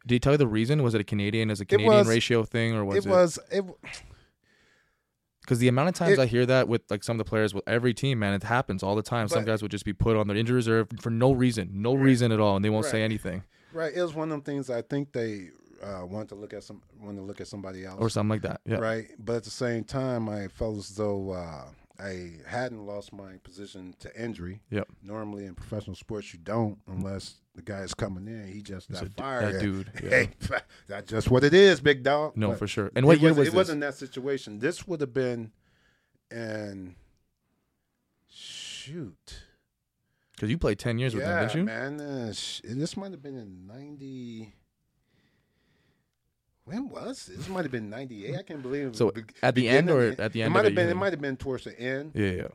Did he tell you the reason? Was it a Canadian as a Canadian
was-
ratio thing or was it?
it was it
Because the amount of times
It-
I hear that with like some of the players with every team, man, it happens all the time. some
But-
guys would just be put on their injury reserve for no reason, no reason at all, and they won't say
Right.
anything
Right. It was one of them things I think they uh, want to look at some want to look at somebody else.
or something like that. Yeah.
Right. But at the same time I felt as though uh, I hadn't lost my position to injury.
Yep.
Normally in professional sports you don't unless the guy is coming in, he just
It's
that
a d-
fired.
that dude, yeah.
Hey, that's just what it is, big dog.
No,
But
for sure. And what
it
year
wasn't-
was
it
this?
wasn't that situation. This would have been and shoot.
Because you played ten years with them,
Yeah,
didn't you?
man. Uh, sh- this might have been in 90. when was this? This might have been '98. I can't believe. it.
So
Be-
at the
beginning
end or
of
at the
It
end
might
of
have
it,
been.
you-
It might have been towards the end.
Yeah, yeah.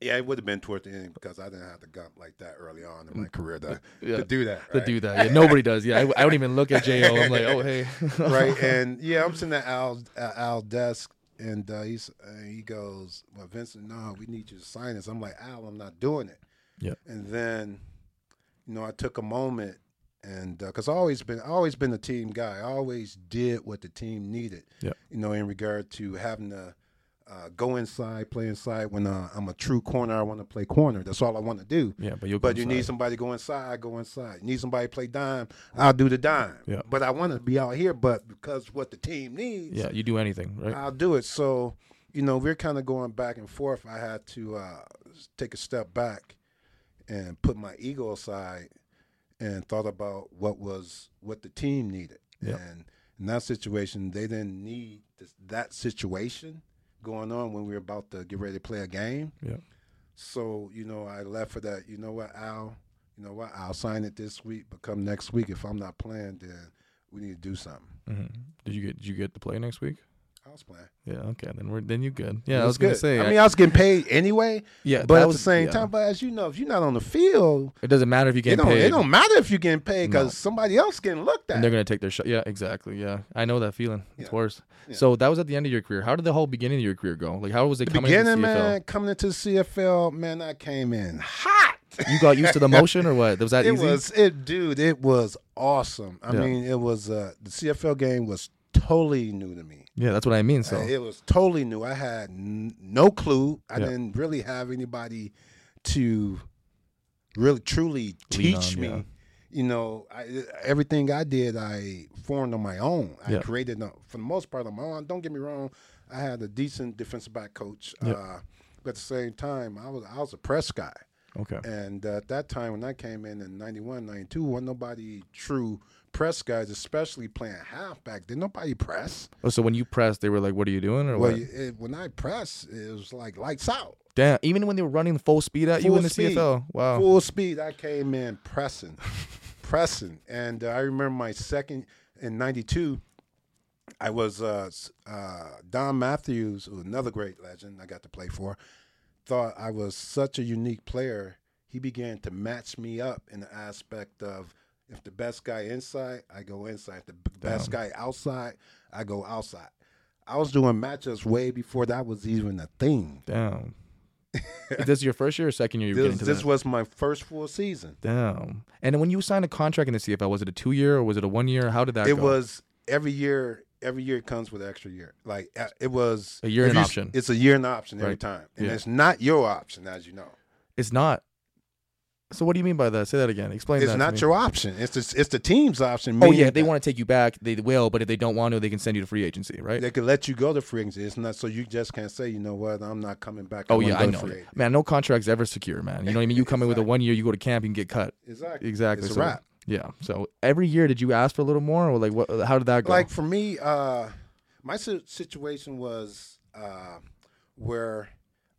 Yeah, it would have been towards the end because I didn't have to gump like that early on in my career to,
Mm. Yeah.
to do that.
To
right?
do that. Yeah, nobody does. Yeah, I, I don't even look at Jo. I'm like, oh hey.
right? And yeah, I'm sitting at Al's uh, Al's desk, and uh, he's uh, he goes, "Well, Vincent, no, we need you to sign this." I'm like, "Al, I'm not doing it."
Yeah.
And then, you know, I took a moment, and because I always been I always been a team guy. I always did what the team needed.
Yeah.
You know, in regard to having to. Uh, go inside, play inside. When uh, I'm a true corner, I want to play corner. That's all I want to do.
Yeah, but you'll.
But you need somebody to go inside, I go inside. You need somebody to play dime, I'll do the dime.
Yeah.
But I want to be out here, but because what the team needs,
Yeah, you do anything, right?
I'll do it. So, you know, we're kind of going back and forth. I had to uh, take a step back and put my ego aside and thought about what was what the team needed.
Yeah.
And in that situation, they didn't need this, that situation going on when we were about to get ready to play a game.
Yeah.
So you know, I left for that. You know what, Al? You know what? I'll sign it this week, but come next week, if I'm not playing, then we need to do something.
hmm Did you get Did you get to play next week?
I was playing.
Yeah. Okay. Then we're then you good. Yeah,
It
I was gonna
good.
say.
I mean, I was getting paid anyway,
yeah,
but
that
at
was-
the same
yeah.
time, but as you know, if you're not on the field,
it doesn't matter if you
it
get
don't,
paid.
it don't matter if you're getting paid because
No.
somebody else getting looked
and
at.
they're gonna take their shot. Yeah, exactly. Yeah, I know that feeling. It's
Yeah.
worse.
Yeah.
So that was at the end of your career. How did the whole beginning of your career go? Like, how was it coming into
Beginning,
CFL?
man, coming into the CFL, man, I came in hot.
You got used to the motion, or what? Was that
it
easy?
was it, dude. It was awesome. I
Yeah.
mean, it was uh, the CFL game was totally new to me.
yeah, that's what I mean. So
Uh, it was totally new. I had n- no clue. I
Yeah.
didn't really have anybody to really truly
Lean on,
teach me.
yeah.
You know, I, everything I did, I formed on my own. I
Yeah.
created, uh, for the most part, on my own. Don't get me wrong. I had a decent defensive back coach,
Yeah.
uh, but at the same time, I was I was a press guy.
okay,
And uh, at that time, when I came in in 91, 92, wasn't nobody true press guys, especially playing halfback. Did nobody press?
oh, so when you pressed, they were like, "What are you doing?" Or
Well,
what?
you- it, when I press, it was like lights out,
Damn, even when they were running full speed at you
Full
in the
speed.
CFL. Wow.
full speed. I came in pressing, pressing, and uh, I remember my second in '92. I was uh, s- uh, Don Matthews, who another great legend I got to play for. Thought I was such a unique player. He began to match me up in the aspect of if the best guy inside, I go inside. If the b- best guy outside, I go outside. I was doing matchups way before that was even a thing.
Damn. Is this your first year or second year you were
This,
getting to
this
that?
was my first full season.
Damn. And then when you signed a contract in the CFL, was it a two year or was it a one year? How did that
It
go?
was every year. Every year comes with an extra year. Like uh, it was
A year
if
and
you-
option.
It's a year and option every
Right.
time, and
Yeah.
it's not your option, as you know.
It's not. So what do you mean by that? Say that again. Explain that.
It's
to
not
me.
your option. It's the, it's the team's option.
Oh
meaning
yeah, if they
that
want to take you back, they will. But if they don't want to, they can send you to free agency, right?
They could let you go to free agency. It's not so you just can't say, you know what, I'm not coming back.
Oh
wanna
yeah,
go
I
to
know.
free agency."
Man, no contract's ever secure, man. You know what I mean? You come in with a one year, you go to camp, you can get cut.
Exactly.
Exactly.
It's a
so,
wrap.
Yeah. So every year, did you ask for a little more, or like what? How did that go?
Like for me, uh, my si- situation was uh, where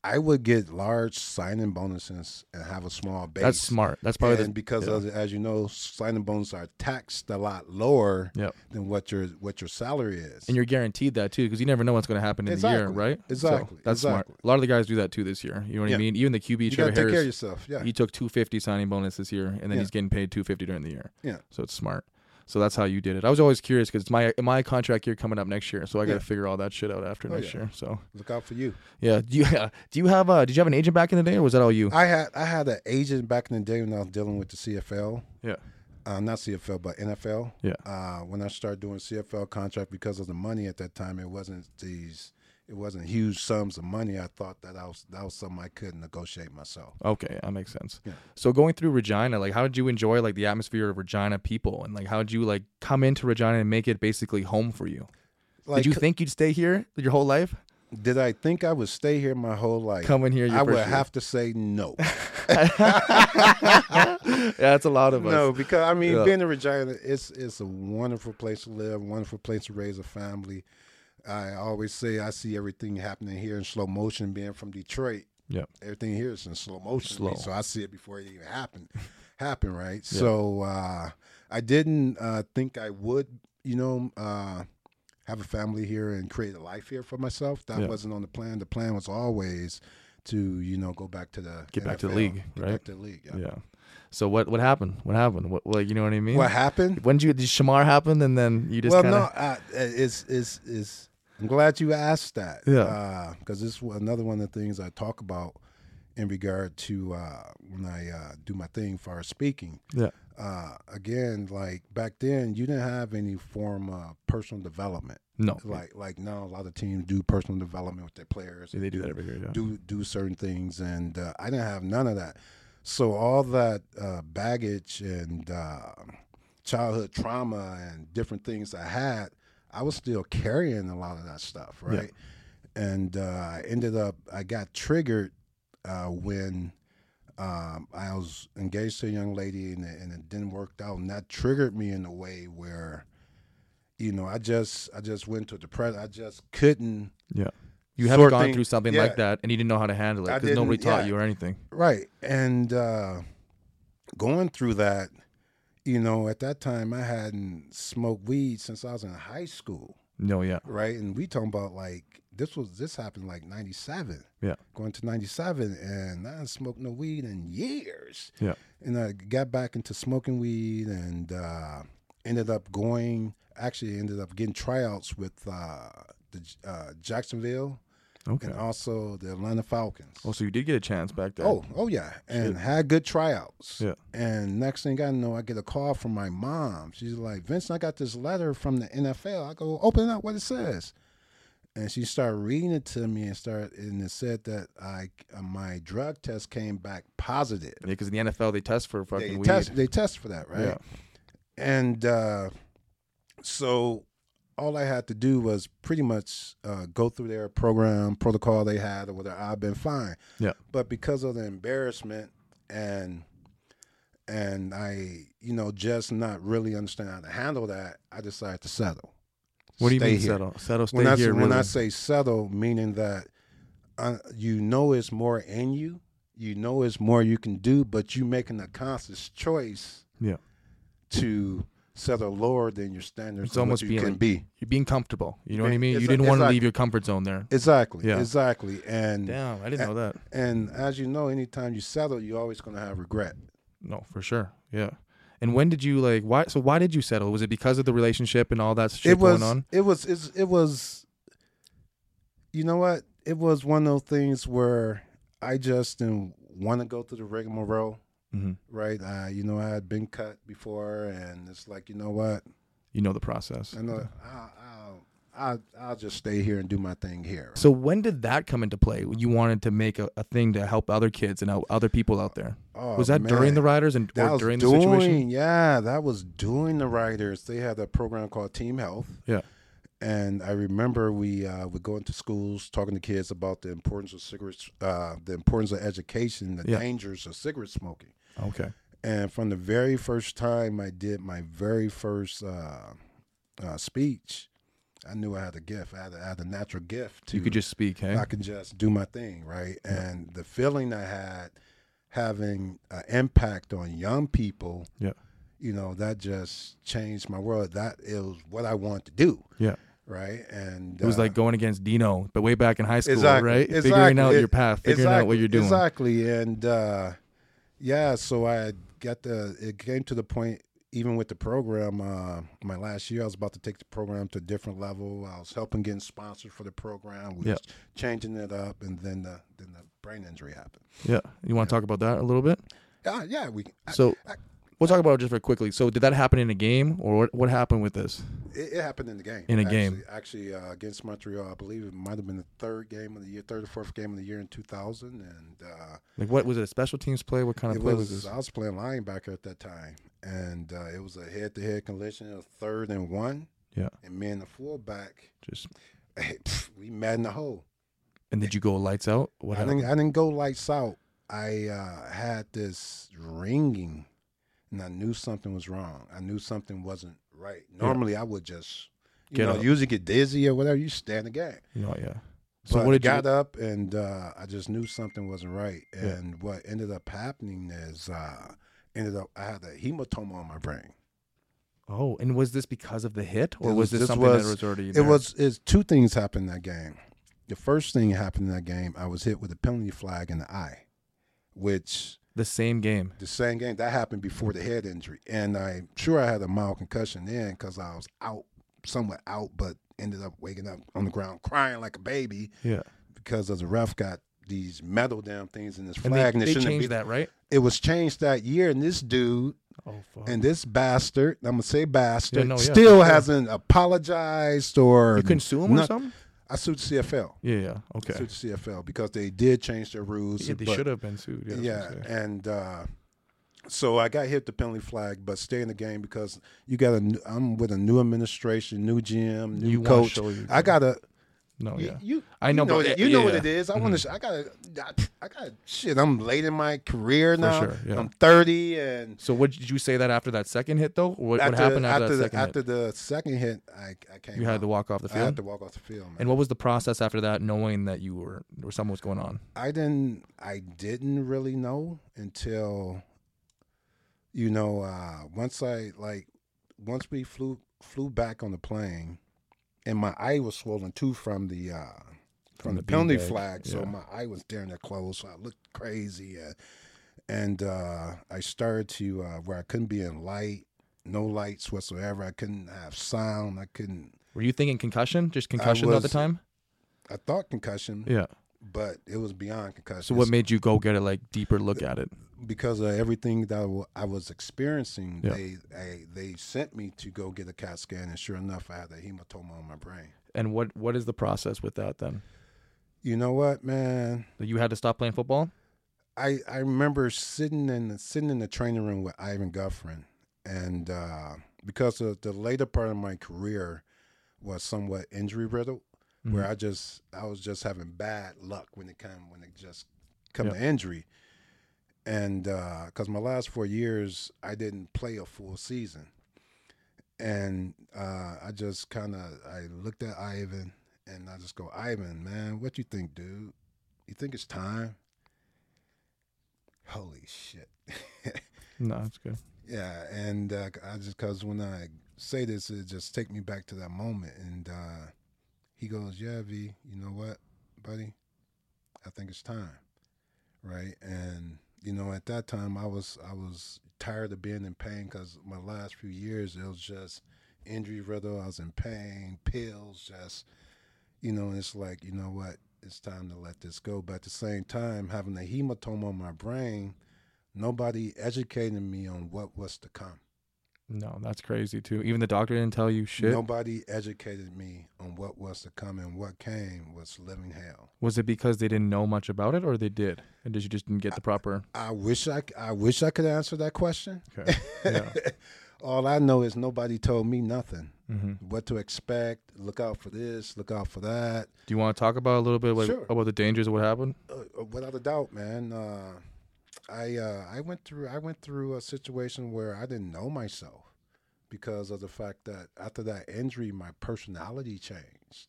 I would get large signing bonuses and have a small base.
that's smart. That's probably the
and because
yeah.
of, as you know, signing bonuses are taxed a lot lower
Yep.
than what your what your salary is.
And you're guaranteed that too, because you never know what's going to happen in the year,
Exactly.
right?
Exactly.
So that's
Exactly.
smart. A lot of the guys do that too this year. You know what I
Yeah.
mean? Even the QB
you
Trevor
gotta take
Harris,
care of yourself. Yeah,
he took 250 signing bonus this year, and then
Yeah.
he's getting paid 250 during the year.
Yeah.
So it's smart. So that's how you did it. I was always curious because it's my my contract year coming up next year, so I got to
Yeah.
figure all that shit out after
Oh,
next
yeah.
year. So
look out for you.
yeah, do you do you have uh did you have an agent back in the day, or was that all you?
I had I had an agent back in the day when I was dealing with the CFL.
yeah.
uh, not CFL, but NFL.
Yeah.
Uh, when I started doing CFL contract, because of the money at that time, it wasn't these, it wasn't huge sums of money. I thought that I was that was something I could negotiate myself.
Okay, that makes sense.
Yeah.
So going through Regina, like how did you enjoy like the atmosphere of Regina people, and like how did you like come into Regina and make it basically home for you?
Like,
did you think you'd stay here your whole life?
did I think I would stay here my whole life?
Come in here, your
I
first
would
year.
have to say no,
yeah, that's a lot of us.
no, because I mean,
Yeah.
being in Regina, it's it's a wonderful place to live, wonderful place to raise a family. I always say I see everything happening here in slow motion. Being from Detroit,
Yeah.
everything here is in slow motion. to me,
Slow.
so I see it before it even happened. happened, right? So uh, I didn't uh, think I would, you know, uh, have a family here and create a life here for myself. That
Yeah.
wasn't on the plan. The plan was always to you know go back to the
Get back to the
NFL,
league,
get
right?
back to the league. Yeah.
Yeah. So what what happened? What happened? What like you know what I mean?
What happened?
when did you did Shamar happen and then you just
well,
kind
no,
of
uh, it's is is. I'm glad you asked that.
Yeah.
Because this is another one of the things I talk about in regard to uh, when I uh, do my thing for speaking.
yeah
Uh, again, like back then, you didn't have any form of personal development.
no
Like like now, a lot of teams do personal development with their players.
they do that every year. Yeah.
do do certain things, and uh, I didn't have none of that. So all that uh, baggage and uh, childhood trauma and different things I had, I was still carrying a lot of that stuff,
Yeah.
right? And uh, I ended up I got triggered uh, when um, I was engaged to a young lady and it, and it didn't work out, and that triggered me in a way where, you know, I just I just went to depression. I just couldn't.
yeah. You haven't
sort
gone
thing-
through something
yeah.
like that and you didn't know how to handle
I
it because nobody
didn't-
taught
yeah.
you or anything.
Right. And uh, going through that, you know, at that time I hadn't smoked weed since I was in high school,
No, yeah.
right? And we talking about like this was this happened like ninety seven.
Yeah.
Going to ninety seven and I hadn't smoked no weed in years.
Yeah.
And I got back into smoking weed and uh, ended up going actually ended up getting tryouts with uh, the uh, Jacksonville
Okay.
and also the Atlanta Falcons.
Oh, so you did get a chance back then.
Oh, oh yeah, and had good tryouts.
Yeah.
And next thing I know, I get a call from my mom. She's like, "Vincent, I got this letter from the NFL." I go, "Open up, what it says." And she started reading it to me and started, and it said that I uh, my drug test came back positive.
because in the NFL they test for fucking
They
weed.
test, they test for that, right?
Yeah.
And uh, so all I had to do was pretty much uh, go through their program protocol they had or whether I've been fine.
Yeah.
But because of the embarrassment and and I, you know, just not really understanding how to handle that, I decided to settle.
What do you
Stay
mean
here.
settle? Settle, stay
When I,
here.
when I
really.
say settle, meaning that uh, you know it's more in you, you know it's more you can do, but you making a conscious choice
yeah.
to settle lower than your standards.
It's
of what
almost
you
being
can
like-
be
You're being comfortable. You know what I
It's-
mean? You
it's-
didn't
it's
want to
like-
leave your comfort zone there.
exactly,
Yeah.
exactly, and
Damn, I didn't know that.
and as you know, anytime you settle, you're always going to have regret.
No, for sure. Yeah. And when did you like why so why did you settle? Was it because of the relationship and all that shit
it was,
going on?
It was it's, it was you know what? It was one of those things where I just didn't want to go through the rigmarole,
Mm-hmm.
right? Uh, you know, I had been cut before and it's like, you know what?
You know the process.
I know I'll, I'll, I'll, I'll just stay here and do my thing here.
So when did that come into play? You wanted to make a, a thing to help other kids and help other people out there.
Oh,
was that during
man.
the riders and
that
or
was
during the
doing,
situation?
Yeah, that was doing the writers. They had a program called Team Health.
Yeah.
and I remember we uh, would go into schools talking to kids about the importance of cigarettes, uh, the importance of education, the
Yeah.
dangers of cigarette smoking.
Okay.
And from the very first time I did my very first uh, uh, speech, I knew I had a gift. I had a, I had a natural gift. To,
You could just speak, hey?
I can just do my thing, right? And the feeling I had having an impact on young people,
Yeah.
you know, that just changed my world. That it was what I wanted to do,
Yeah.
right? And
It was
uh,
like going against Dino, but way back in high school,
Exactly,
right? Figuring
exactly.
out
It-
your path, figuring out what you're doing.
Exactly. And uh, yeah, so I got the, it came to the point, even with the program, uh, my last year, I was about to take the program to a different level. I was helping getting sponsors for the program, we
Yeah.
was changing it up, and then the, then the brain injury happened.
Yeah. You want to talk about that a little bit?
Yeah, yeah, we. I-
So
I-
we'll talk about it just very quickly. So did that happen in a game or what, what happened with this?
it, it happened in the game.
In a
actually,
game.
actually uh, against Montreal, I believe it might have been the third game of the year, third or fourth game of the year in 2000, and uh,
Like what was it? A special teams play? What kind of
it
play
was, uh,
was, this?
I was playing linebacker at that time, and uh, it was a head-to-head collision, a third and one,
Yeah.
and me and the fullback,
Just
pff, we mad in the hole.
and did you go lights out? What
I
happened?
didn't, I didn't go lights out. I uh, had this ringing, and I knew something was wrong. I knew something wasn't right. Normally, I would just, you
Get
know,
up.
usually get dizzy or whatever. You stay in the game.
You know, yeah. So
but
what did
got
you
up and uh, I just knew something wasn't right.
Yeah.
And what ended up happening is uh, ended up I had a hematoma on my brain.
Oh, and was this because of the hit, or
It
was,
was-
this
this
something
was-
that was already? In
It
there?
was it's two things happened in that game. The first thing that happened in that game, I was hit with a penalty flag in the eye, which
the same game.
the same game that happened before the head injury, and I'm sure I had a mild concussion then because I was out, somewhat out, but ended up waking up on the ground crying like a baby
Yeah,
because of the ref got these metal damn things in his
and
flag,
they,
and, it
they
shouldn't
changed
be.
that, right?
It was changed that year, and this dude
Oh fuck!
and this bastard, I'm gonna say bastard,
no, yeah,
still
for sure.
hasn't apologized or
you couldn't sue him or
not-
something?
I sued CFL.
Yeah, yeah. Okay.
I sued CFL because they did change their rules.
yeah, they
but-
should have been sued. Yeah. that's what
Yeah,
I'm saying.
and uh, so I got hit the penalty flag, but stay in the game because you got a. New, I'm with a new administration, new GM, new
You wanna
coach.
show you-
I gotta.
No,
you-
yeah.
You,
I know,
you know,
but
it-
it-
you know
yeah,
what
yeah. Mm-hmm.
it is. I want to. I gotta. I, I gotta. Shit, I'm late in my career now.
sure, yeah.
I'm 30 and.
So what did you say that after that second hit though? What, what
after,
happened after,
after
that
the
second
after
hit?
the second hit, I, I came.
You had to
out.
walk off the
I had
field.
to walk off the field, man.
And what was the process after that, knowing that you were or something was going on?
I didn't I didn't really know until you know uh once I like once we flew flew back on the plane and my eye was swollen too from the uh from, the,
the
penalty
beanbag,
flag so
yeah.
my eye was tearing that close so I looked crazy and and uh I started to uh where I couldn't be in light no lights whatsoever I couldn't have sound I couldn't
Were you thinking concussion? Just concussion at the
was-
time?
I thought concussion
Yeah.
but it was beyond concussion
So what made you go get a like deeper look at it?
because of everything that I wa- I was experiencing,
Yeah.
they I, they sent me to go get a CAT scan, and sure enough, I had a hematoma on my brain.
And what what is the process with that then?
You know what, man?
That You had to stop playing football?
I, I remember sitting in the, sitting in the training room with Ivan Guffrin, and uh, because of the later part of my career was somewhat injury riddled, where I just I was just having bad luck when it come when it just come to injury, and because my last four years I didn't play a full season, and uh, I just kind of I looked at Ivan and I just go Ivan man what you think dude you think it's time holy shit
No, that's good.
yeah and uh, I just because when I say this it just take me back to that moment and uh, he goes yeah V you know what buddy I think it's time right and you know at that time I was I was tired of being in pain because my last few years it was just injury riddle I was in pain pills just you know and it's like you know what it's time to let this go but at the same time having a hematoma on my brain nobody educated me on what was to come
No, that's crazy too. Even the doctor didn't tell you shit.
nobody educated me on what was to come and what came was living hell
Was it because they didn't know much about it or they did? And did you just didn't get the proper
I wish I, c- I wish I could answer that question
Okay. Yeah.
All I know is nobody told me nothing.
Mhm.
What to expect? Look out for this. Look out for that.
Do you want to talk about a little bit like
Sure.
about the dangers of what happened?
Uh, without a doubt, man. Uh, I uh, I went through I went through a situation where I didn't know myself because of the fact that after that injury, my personality changed.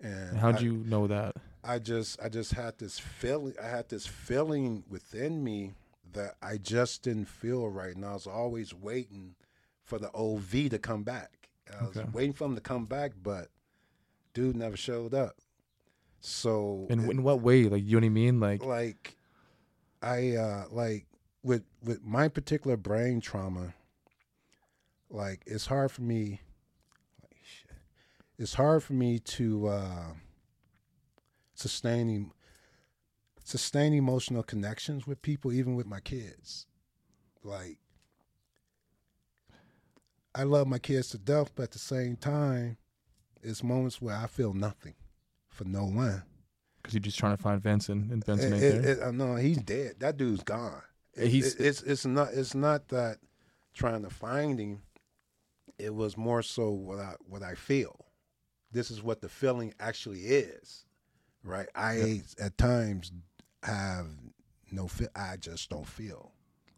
And
And how'd
I-
you know that?
I just I just had this feeling I had this feeling within me that I just didn't feel right and I was always waiting for the OV to come back. I was
Okay.
waiting for him to come back, but dude never showed up. So
And
it-
in what way? Like you know what I mean? Like
like I uh like with with my particular brain trauma, like it's hard for me like shit. It's hard for me to uh sustain em- sustain emotional connections with people, even with my kids. Like I love my kids to death, but at the same time, it's moments where I feel nothing for no one.
because you're just trying to find Vincent and Vincent ain't
It-
there.
it- it- uh, no, he's dead. That dude's gone. It-
He's-
it- it's it's not it's not that trying to find him. It was more so what I what I feel. This is what the feeling actually is, right? I at times have no feel. I just don't feel.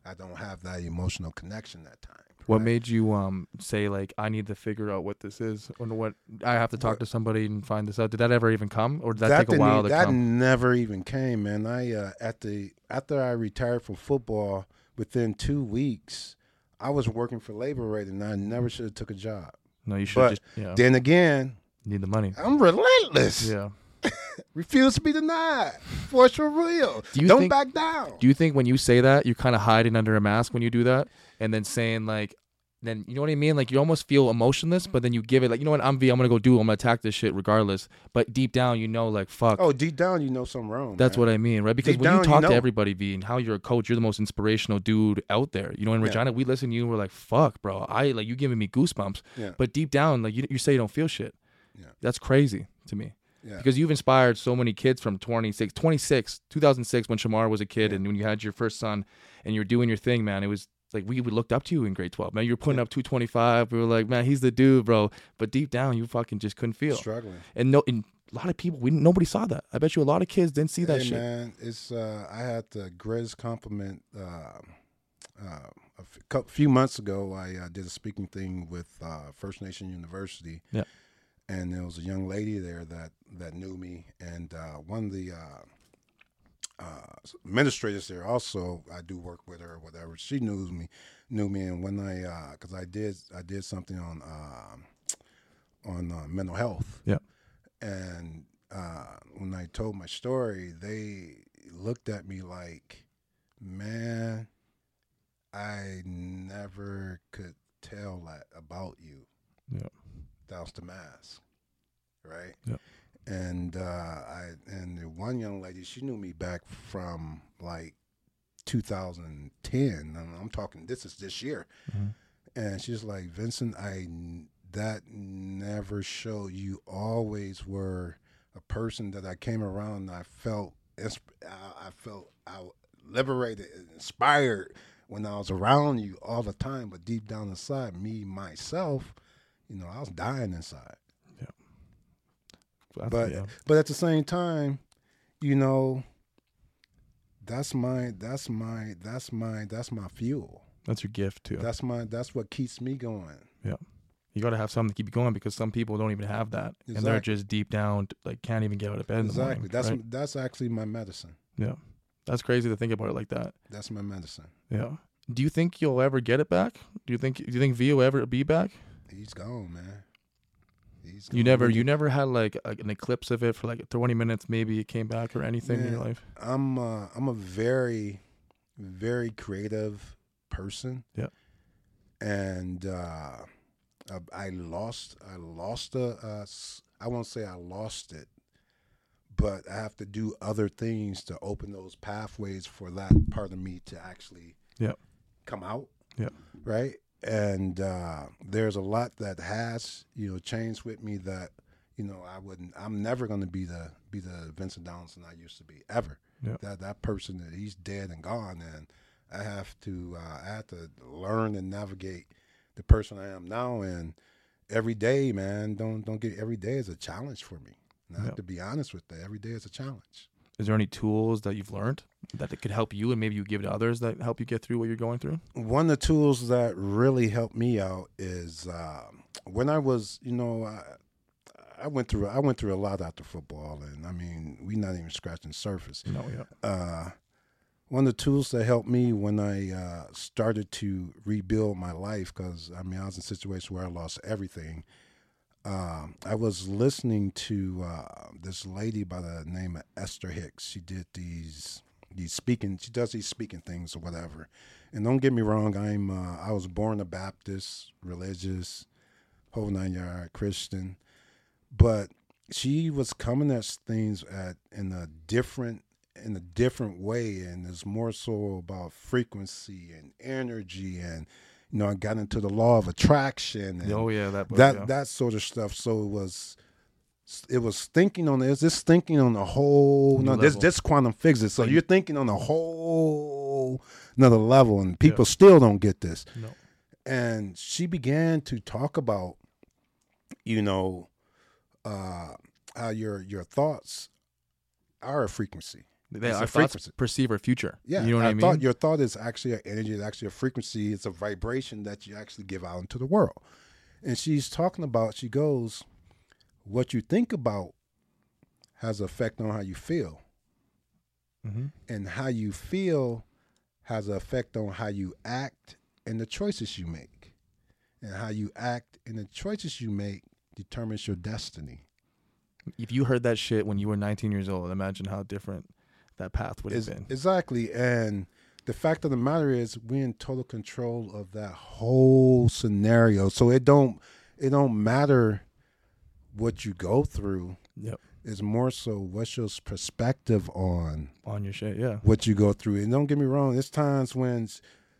I don't have that emotional connection that time.
What
right?
made you um say like I need to figure out what this is or what I have to talk to somebody and find this out? Did that ever even come, or did that, take a
didn't
while
even-
to
that
come?
never even came, man. I uh, at the after I retired from football, within two weeks, I was working for labor rate, and I never should have took a job.
No, you should
But
just yeah,
Then again,
need the money.
I'm relentless.
Yeah.
Refuse to be denied. Force your will.
Do you
not
think-
back down.
Do you think when you say that, you're kind of hiding under a mask when you do that, and then saying like, then you know what I mean? Like you almost feel emotionless, but then you give it like, you know what? I'm V. I'm gonna go do. it. I'm gonna attack this shit regardless. But deep down, you know, like fuck.
oh, deep down, you know something wrong.
That's
man.
what I mean, right? Because
Deep
when
down,
you
you
talk
know.
to everybody, V, and how you're a coach, you're the most inspirational dude out there. You know, in
Yeah.
Regina, we listen to you and we're like, fuck, bro. I like you giving me goosebumps.
Yeah.
But deep down, like you, you say you don't feel shit.
Yeah.
That's crazy to me.
Yeah.
Because you've inspired so many kids from 26, 26, 2006 when Shamar was a kid
Yeah.
and when you had your first son and you were doing your thing, man. It was like we, we looked up to you in grade 12. Man, you were putting up 225. We were like, man, he's the dude, bro. But deep down, you fucking just couldn't feel.
struggling.
And no, and a lot of people, we nobody saw that. I bet you a lot of kids didn't see that
hey,
shit.
man, it's uh, I had the greatest compliment. Uh, uh, a f- cou- few months ago, I uh, did a speaking thing with uh, First Nation University.
Yeah.
and there was a young lady there that that knew me, and uh, one of the uh, uh, administrators there also I do work with her, whatever. She knew me, knew me, and when I because I did I did something on um on uh, mental health.
Yeah.
and uh, when I told my story, they looked at me like, man, I never could tell that about you.
Yeah.
That was the mask, right?
Yeah.
And uh, I and the one young lady, she knew me back from like 2010, and I'm talking this is this year,
Mhm.
and she's like, Vincent, I n- that never showed. You always were a person that I came around. And I felt ins- I I felt I w- liberated, and inspired when I was around you all the time. But deep down inside, me myself, you know, I was dying inside.
That's-
But
yeah.
but at the same time, you know, that's my that's my that's my that's my fuel.
that's your gift too.
That's my that's what keeps me going.
you got to have something to keep you going because some people don't even have that, and they're
Exactly.
just deep down, like can't even get out of bed. In the
Exactly.
morning,
that's
right?
that's actually my medicine.
that's crazy to think about it like that.
That's my medicine.
Yeah. Do you think you'll ever get it back? Do you think Do you think V will ever be back?
He's gone, man. He's
You
gone.
never You never had like a, an eclipse of it for like 20 minutes. Maybe it came back or anything in your
Man.
life.
I'm uh, I'm a very, very creative person.
Yeah.
And uh, I, I lost I lost a uh, s- I won't say I lost it, but I have to do other things to open those pathways for that part of me to actually
Yeah.
come out.
Yeah.
Right. And uh, there's a lot that has you know changed with me that you know, I wouldn't. I'm never going to be the be the Vincent Donaldson I used to be ever.
Yeah.
That that person that he's dead and gone, and I have to uh, I have to learn and navigate the person I am now. And every day, man, don't don't get every day is a challenge for me. And I
Yeah.
have to be honest with that. Every day is a challenge.
Is there any tools that you've learned that it could help you, and maybe you give to others that help you get through what you're going through?
One of the tools that really helped me out is um when I was, you know, I, I went through I went through a lot after football, and I mean, we're not even scratching the surface.
No. Yeah.
uh, one of the tools that helped me when I uh, started to rebuild my life, because I mean, I was in a situation where I lost everything. Um, I was listening to uh, this lady by the name of Esther Hicks. She did these these speaking. She does these speaking things or whatever. And don't get me wrong. I'm uh, I was born a Baptist, religious, whole nine yard Christian, but she was coming at things at in a different in a different way and it's more so about frequency and energy and you know i got into the law of attraction and
Oh yeah. That. book,
that
yeah.
that sort of stuff so it was it was thinking on it's just thinking on the whole
New
no this
level.
this quantum physics so
Like-
you're thinking on a whole another level and
Yeah.
people still don't get this
No.
and she began to talk about you know uh how your your thoughts are a frequency
They,
It's a
our thoughts
frequency.
perceive our future.
yeah
You know what
our
I mean?
thought, your thought is actually an energy it's actually a frequency it's a vibration that you actually give out into the world and she's talking about she goes what you think about has an effect on how you feel
Mhm.
and how you feel has an effect on how you act and the choices you make and how you act and the choices you make determines your destiny.
If you heard that shit when you were 19 years old, imagine how different that path would have
Ex-
been.
Exactly. And the fact of the matter is we're in total control of that whole scenario. So it don't it don't matter what you go through.
Yep.
It's more so what's your perspective on
On your shit, yeah.
what you go through. And don't get me wrong, there's times when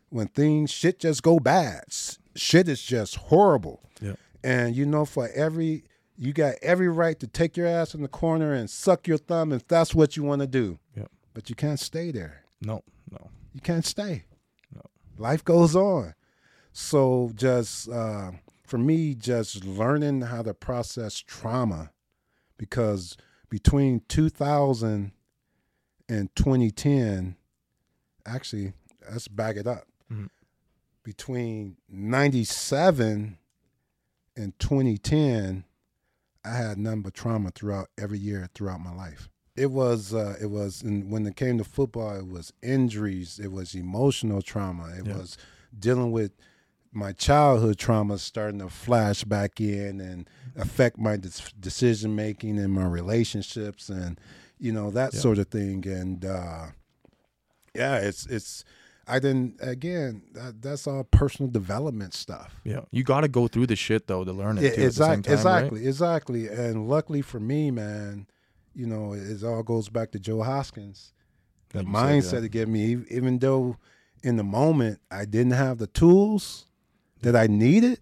when things shit just go bad. S- Shit is just horrible.
Yeah.
And you know, for every you got every right to take your ass in the corner and suck your thumb if that's what you want to do.
Yeah.
But you can't stay there.
No, no.
You can't stay.
No.
Life goes on. So just uh, for me, just learning how to process trauma, because between 2000 and 2010, actually, let's back it up.
Mhm.
Between 97 and 2010, I had none but trauma throughout every year throughout my life it was uh, it was and when it came to football it was injuries it was emotional trauma it
Yeah.
was dealing with my childhood trauma starting to flash back in and affect my dis- decision making and my relationships and you know that
Yeah.
sort of thing and uh, yeah it's it's i didn't again that, that's all personal development stuff
Yeah. You got to go through the shit, though, to learn it, too,
yeah,
at the same
exact-
time, right?
exactly, exactly. And luckily for me, man, you know, it, it all goes back to Joe Hoskins. The
Like you said,
mindset
yeah.
it gave me, ev- even though in the moment I didn't have the tools that I needed,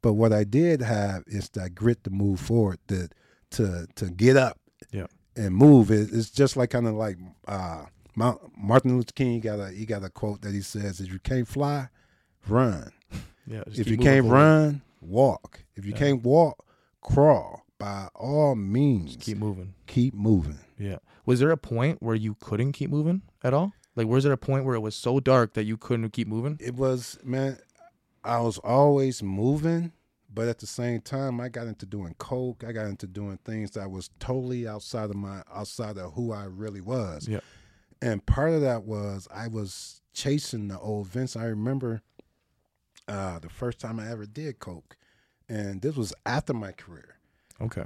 but what I did have is that grit to move forward, that to to get up,
Yeah.
and move. It, it's just like kind of like uh, Mount, Martin Luther King. He got a he got a quote that he says: "If you can't fly, run."
Yeah. just
if
keep
you
moving
can't
forward.
run, walk. If you
Yeah.
can't walk, crawl. By all means,
Just
keep,
keep moving.
moving.
Yeah. Was there a point where you couldn't keep moving at all? Like, was there a point where it was so dark that you couldn't keep moving?
It was man. I was always moving, but at the same time, I got into doing coke. I got into doing things that was totally outside of my outside of who I really was.
Yeah.
and part of that was I was chasing the old Vince. I remember uh, the first time I ever did coke, and this was after my career.
Okay.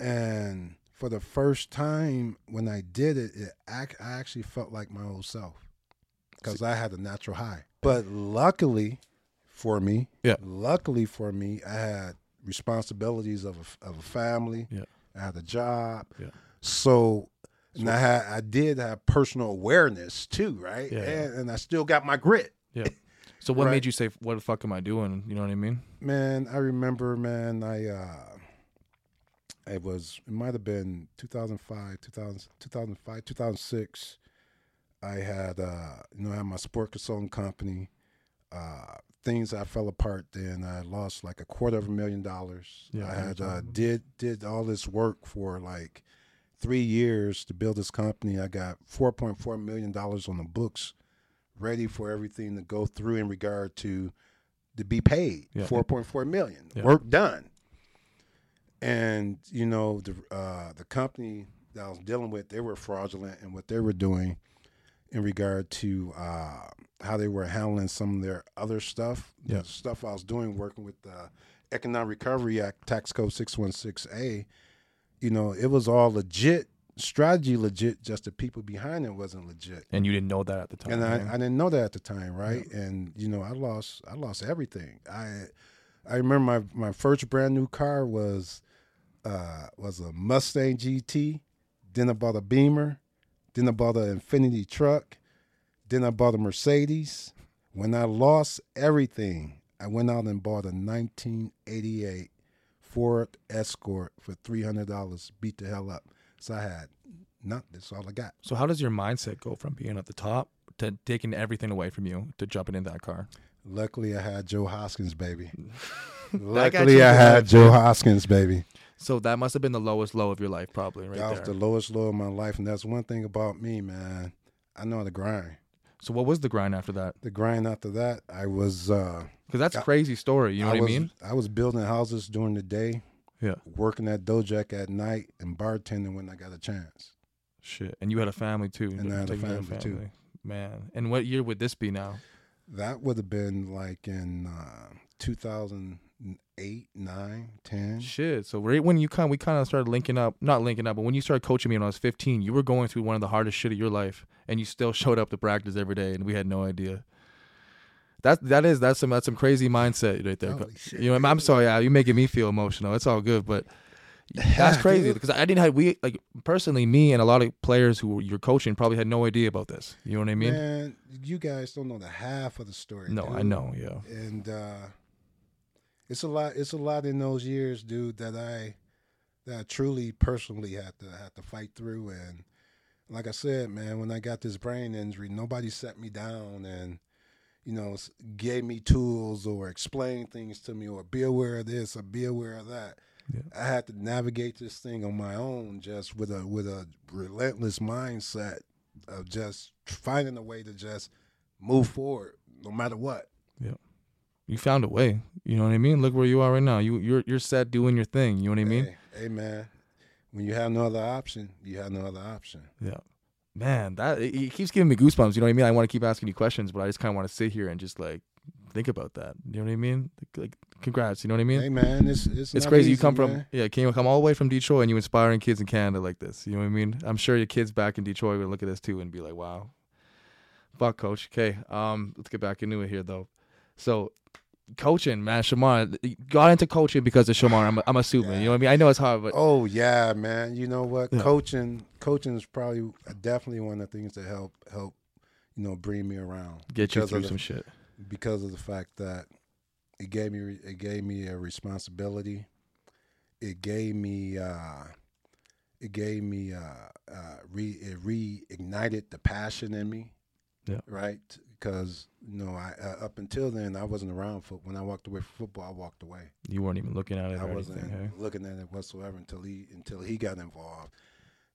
and for the first time when I did it, it ac- I actually felt like my old self because I had a natural high. But luckily for me,
Yeah.
luckily for me, I had responsibilities of a, f- of a family.
Yeah.
I had a job.
Yeah.
So, and I had I did have personal awareness too, right?
Yeah, yeah.
And, and I still got my grit.
So what
Right.
made you say, "What the fuck am I doing?" You know what I mean?
Man, I remember, man, I uh it was it might have been 2005, 2000, 2005, 2006. I had uh you know, I had my sport consulting company. Uh things I fell apart then. I lost like a quarter of a million dollars.
Yeah,
I
I know
had
what you're
uh
talking about.
did did all this work for like 3 years to build this company. I got 4.4 million dollars on the books ready for everything to go through in regard to to be paid
Yeah.
4.4 million
Yeah.
work done and you know the uh, the company that I was dealing with they were fraudulent in what they were doing in regard to uh, how they were handling some of their other stuff
Yeah.
the stuff I was doing working with the Economic Recovery Act tax code 616A you know it was all legit strategy legit just the people behind it wasn't legit
And you didn't know that at the time.
and
right?
I, I didn't know that at the time, right? And you know, I lost I lost everything. I I remember my, my first brand new car was uh, was a Mustang GT. Then I bought a Beamer. Then I bought an Infinity truck. Then I bought a Mercedes. When I lost everything, I went out and bought a 1988 Ford Escort for three hundred dollars. Beat the hell up. So I had not. That's all I got.
so how does your mindset go from being at the top to taking everything away from you to jumping in that car?
Luckily, I had Joe Hoskins, baby.
you
Luckily, I had
good.
Joe Hoskins, baby.
So that must have been the lowest low of your life, probably right
that was the
there.
lowest low of my life, and that's one thing about me, man. I know how to grind.
so what was the grind after that?
The grind after that, I was. Uh,
Because that's a
I-
crazy story. You
I
know what
was,
I mean?
I was building houses during the day,
Yeah.
working at Dojack at night, and bartending when I got a chance.
Shit. And you had a family too.
And I had a
Taking care of
family, too.
Man. And what year would this be now?
That would have been like in uh, 2008, 9, 10.
Shit. So right when you kind, we kind of started linking up, not linking up, but when you started coaching me when I was 15, you were going through one of the hardest shit of your life, and you still showed up to practice every day, and we had no idea. That that is that's some that's some crazy mindset right there.
Holy shit.
You know, I'm- I'm sorry, Al, you're making me feel emotional. It's all good, but that's crazy because I didn't have we like personally me and a lot of players who you're coaching probably had no idea about this. You know what I mean?
Man, you guys don't know the half of the story.
no, I
dude.
know. Yeah.
and uh, it's a lot. It's a lot in those years, dude. That I that I truly personally had to had to fight through. And like I said, man, when I got this brain injury, nobody sat me down and you know s- gave me tools or explained things to me or be aware of this or be aware of that.
Yeah.
I had to navigate this thing on my own, just with a with a relentless mindset of just finding a way to just move forward, no matter what.
You found a way. You know what I mean? Look where you are right now. You you're you're set doing your thing. You know what I mean?
Hey, hey, man, when you have no other option, you have no other option.
Yeah. Man, that it, it keeps giving me goosebumps. You know what I mean? I want to keep asking you questions, but I just kind of want to sit here and just like think about that. You know what I mean? Like, like, congrats. You know what I mean?
Hey man, it's it's,
It's
not
crazy. you
easy,
come from
man.
yeah, came come all the way from Detroit, and you inspiring kids in Canada like this. You know what I mean? I'm sure your kids back in Detroit would look at this too and be like, "Wow, fuck, coach." Okay, um, let's get back into it here though. So, coaching, man, Shamar you got into coaching because of Shamar. I'm, I'm assuming. You know what I mean? I know it's hard, but
Oh yeah, man. You know what? Coaching, coaching is probably definitely one of the things that help help you know bring me around.
get you
because
through
of
some
the,
shit.
because of the fact that it gave me it gave me a responsibility. It gave me uh, it gave me uh, uh, re it reignited the passion in me.
Yeah.
Right. Because you know, I uh, up until then I wasn't around foot. When I walked away from football, I walked away.
You weren't even looking at it.
I
or
wasn't
anything, hey?
looking at it whatsoever until he until he got involved.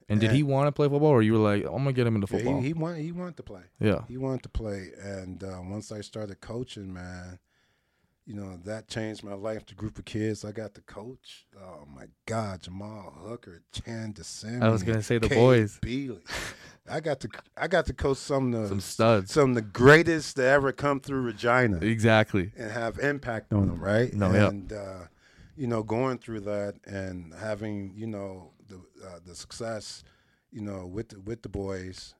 And did
and-
he want to play football, or you were like, "I'm gonna get him into
Yeah,
football"?
he he wanted he wanted to play.
yeah.
He wanted to play, and uh, once I started coaching, man, you know that changed my life. The group of kids I got to coach. Oh my God, Jamal Hooker, Chan Descent.
I was gonna say the boys,
Beasley. I got to I got to coach some of the,
some
some,
studs.
of the greatest to ever come through Regina
Exactly.
and have impact on them, right?
No, yeah.
and uh, you know, going through that and having you know the uh, the success, you know, with the, with the boys,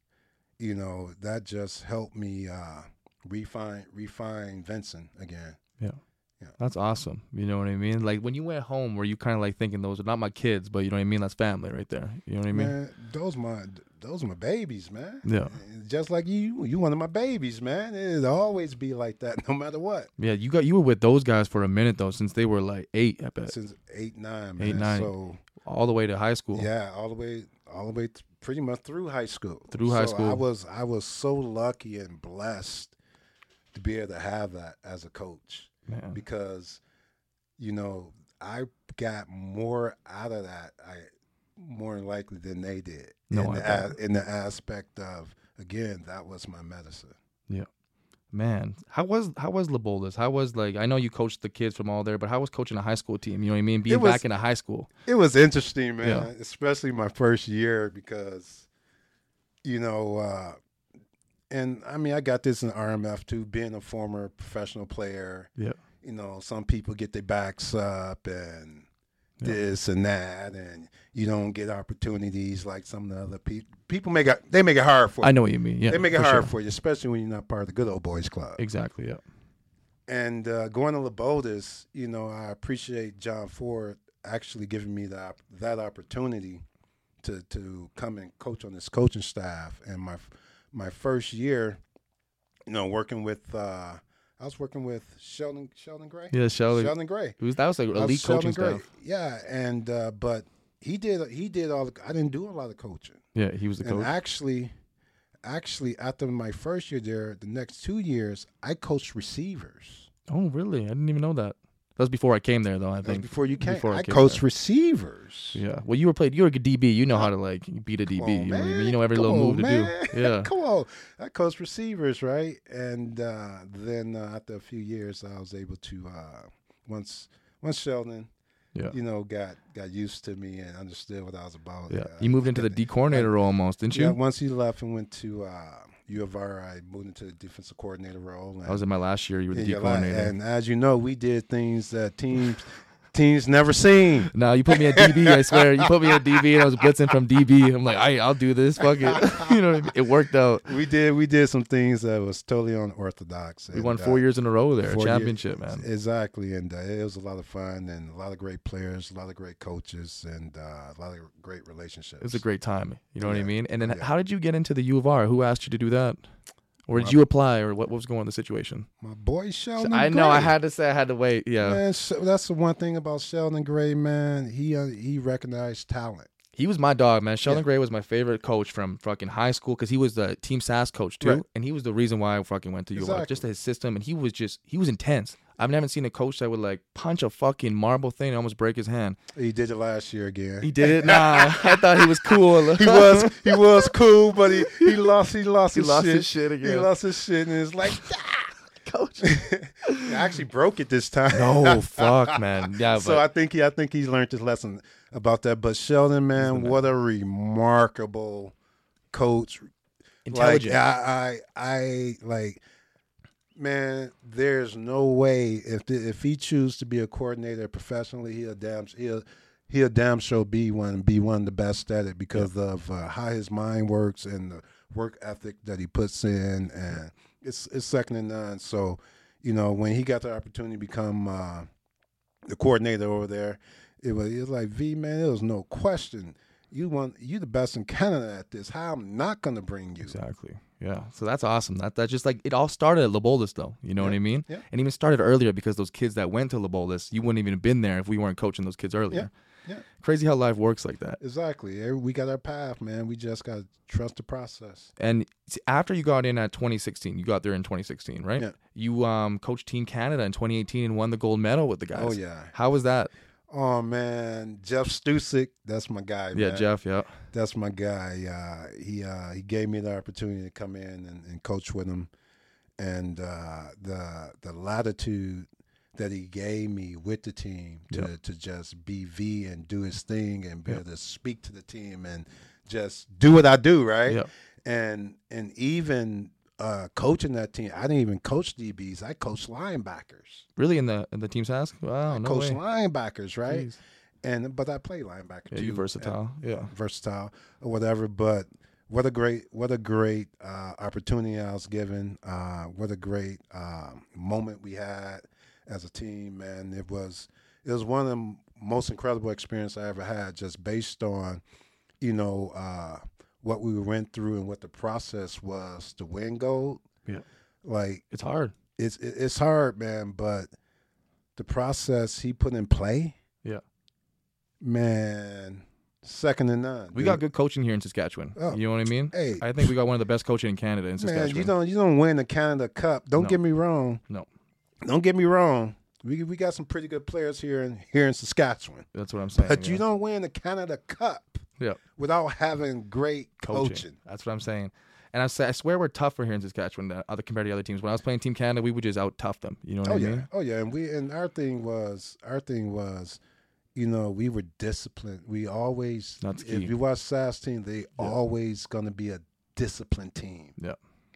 you know, that just helped me uh, refine refine Vincent again.
That's awesome. You know what I mean? Like when you went home, were you kind of like thinking those are not my kids, but you know what I mean? That's family right there. You know what I mean?
Man, those my those my babies, man.
Yeah.
Just like you, you one of my babies, man. It'll always be like that, no matter what.
Yeah, you got you were with those guys for a minute though, since they were like eight, I bet,
Since eight nine, man.
Uh, Eight, nine.
So
all the way to high school.
Yeah, all the way, all the way, th- pretty much through high school.
Through high
So I
school.
was, I was so lucky and blessed to be able to have that as a coach
Man.
because, you know, I got more out of that. I more than likely than they did.
No,
in
I
the,
bet.
a- in the aspect of again, that was my medicine.
Man, how was how was Labolas? How was like I know you coached the kids from all there, but how was coaching a high school team? You know what I mean? Being
was-
back in a high school.
It was interesting, man.
Yeah.
Especially my first year because, you know, uh, and I mean, I got this in RMF too, being a former professional player.
Yeah.
You know, some people get their backs up and
Yeah.
this and that, and you don't get opportunities like some of the other people. People make it, they make it hard for you.
I know what you mean. Yeah.
they make it
for
hard
sure.
for you, especially when you're not part of the good old boys club
Exactly, yeah.
and uh, going to Labodas, you know, I appreciate John Ford actually giving me that that opportunity to to come and coach on his coaching staff. And my my first year, you know, working with uh, I was working with Sheldon Sheldon Gray.
Yeah, Shelly.
Sheldon Gray.
It was that was like
I was
elite
Sheldon
coaching
Gray.
staff.
Yeah, and uh, but he did he did all. The, I didn't do a lot of coaching.
Yeah, he was the
And
coach.
actually, actually after my first year there, the next two years I coached receivers.
oh, really? I didn't even know that. That was before I came there though, I
That was
think.
before you came.
before I
I
came
coached receivers.
Yeah. Well, you were played. You were a DB. You know how to like beat a DB.
Come
you,
on,
know what I mean?
man.
You know every
Come
little
on,
move
man.
to do. Yeah.
Come on. I coached receivers, right? And uh, then uh, after a few years, I was able to uh, once once Sheldon,
Yeah.
you know, got got used to me and understood what I was about.
Yeah.
uh,
You moved into the D coordinator role almost, didn't you?
Yeah, once he left and went to uh, U of R, I moved into the defensive coordinator role. And,
I was in my last year. You were the D
Yeah, you're right.
coordinator.
and as you know, we did things that teams teams never seen.
No, you put me at DB. I swear, you put me at DB, and I was blitzing from DB. I'm like, I, I'll do this. Fuck it. you know what I mean? It worked out.
We did we did some things that was totally unorthodox.
We won four years in a row there,
four years.
championship, man.
Exactly, and uh, it was a lot of fun and a lot of great players, a lot of great coaches, and uh, a lot of great relationships.
It was a great time. You know what I
Yeah,
mean? And then,
yeah.
how did you get into the U of R? Who asked you to do that? Or did you apply, or what, what was going on in the situation?
Oh My boy Sheldon.
I know. I
Gray.
had to say I had to wait. Yeah,
Man, Sh- that's the one thing about Sheldon Gray, man. He uh, he recognized talent.
he was my dog, man. Sheldon Gray was my favorite coach from fucking high school because he was the Team SAS coach too,
Right.
and he was the reason why I fucking went to U of R.
Exactly.
Just his system, and he was just he was intense. I've never seen a coach that would like punch a fucking marble thing and almost break his hand.
He did it last year again.
He did it. Nah, I thought he was cool.
He was he was cool, but he, he lost he lost
He
his
lost
shit.
his shit
He
again.
lost his shit and it's like
coach.
I actually broke it this time.
No, fuck, man. Yeah, but
so I think he I think he's learned his lesson about that. But Sheldon, man, what a remarkable coach.
intelligent.
Like I, I I like man, there's no way if the, if he chooses to be a coordinator professionally, he'll damn he'll he'll damn sure be one and be one of the best at it because of uh, how his mind works and the work ethic that he puts in, and it's it's second to none. So, you know, when he got the opportunity to become uh, the coordinator over there, it was it was like V man, it was no question. You want you the best in Canada at this. How I'm not gonna bring you.
Exactly. Yeah. So that's awesome. That that's just like it all started at Lobolis though. You know what I mean?
Yeah.
And even started earlier because those kids that went to Lobolis, you wouldn't even have been there if we weren't coaching those kids earlier.
Yeah.
Crazy how life works like that.
Exactly. Every- We got our path, man. We just got to trust the process.
And s- after you got in at 2016, you got there in 2016, right?
Yeah.
You um coached Team Canada in 2018 and won the gold medal with the guys.
Oh yeah.
How was that?
Oh man, Jeff Stusick, that's my guy.
Yeah,
man.
Jeff. Yeah.
That's my guy. Uh, he uh, he gave me the opportunity to come in and, and coach with him, and uh, the the latitude that he gave me with the team to, to just be V and do his thing and be able to speak to the team and just do what I do right.
Yep.
And and even uh, coaching that team, I didn't even coach DBs. I coached linebackers.
Really in the in the team's ask? Wow. No
coach
way.
linebackers, right?
Jeez.
And but I play linebacker
Yeah,
too.
you versatile. Yeah.
versatile or whatever. But what a great, what a great uh, opportunity I was given. Uh, what a great um, moment we had as a team, and it was it was one of the most incredible experience I ever had, just based on you know uh, what we went through and what the process was to win gold.
Yeah.
like
It's hard.
it's it- it's hard, man. But the process he put in play,
Yeah.
man, second to none.
We
dude.
got good coaching here in Saskatchewan.
Oh.
You know what I mean?
Hey,
I think we got one of the best coaching in Canada in Saskatchewan.
man, you don't you don't win the Canada Cup. Don't
No.
get me wrong.
No.
don't get me wrong. We we got some pretty good players here in here in Saskatchewan,
That's what I'm saying.
but you
yeah.
don't win the Canada Cup
Yeah.
without having great
coaching.
coaching.
That's what I'm saying. And I, say, I swear we're tougher here in Saskatchewan than other compared to the other teams. When I was playing Team Canada, we would just out tough them. You know what
Oh
I
yeah,
mean?
oh yeah, and we and our thing was our thing was, you know, we were disciplined. We always
That's key.
if you watch SAS team, they always gonna be a disciplined team.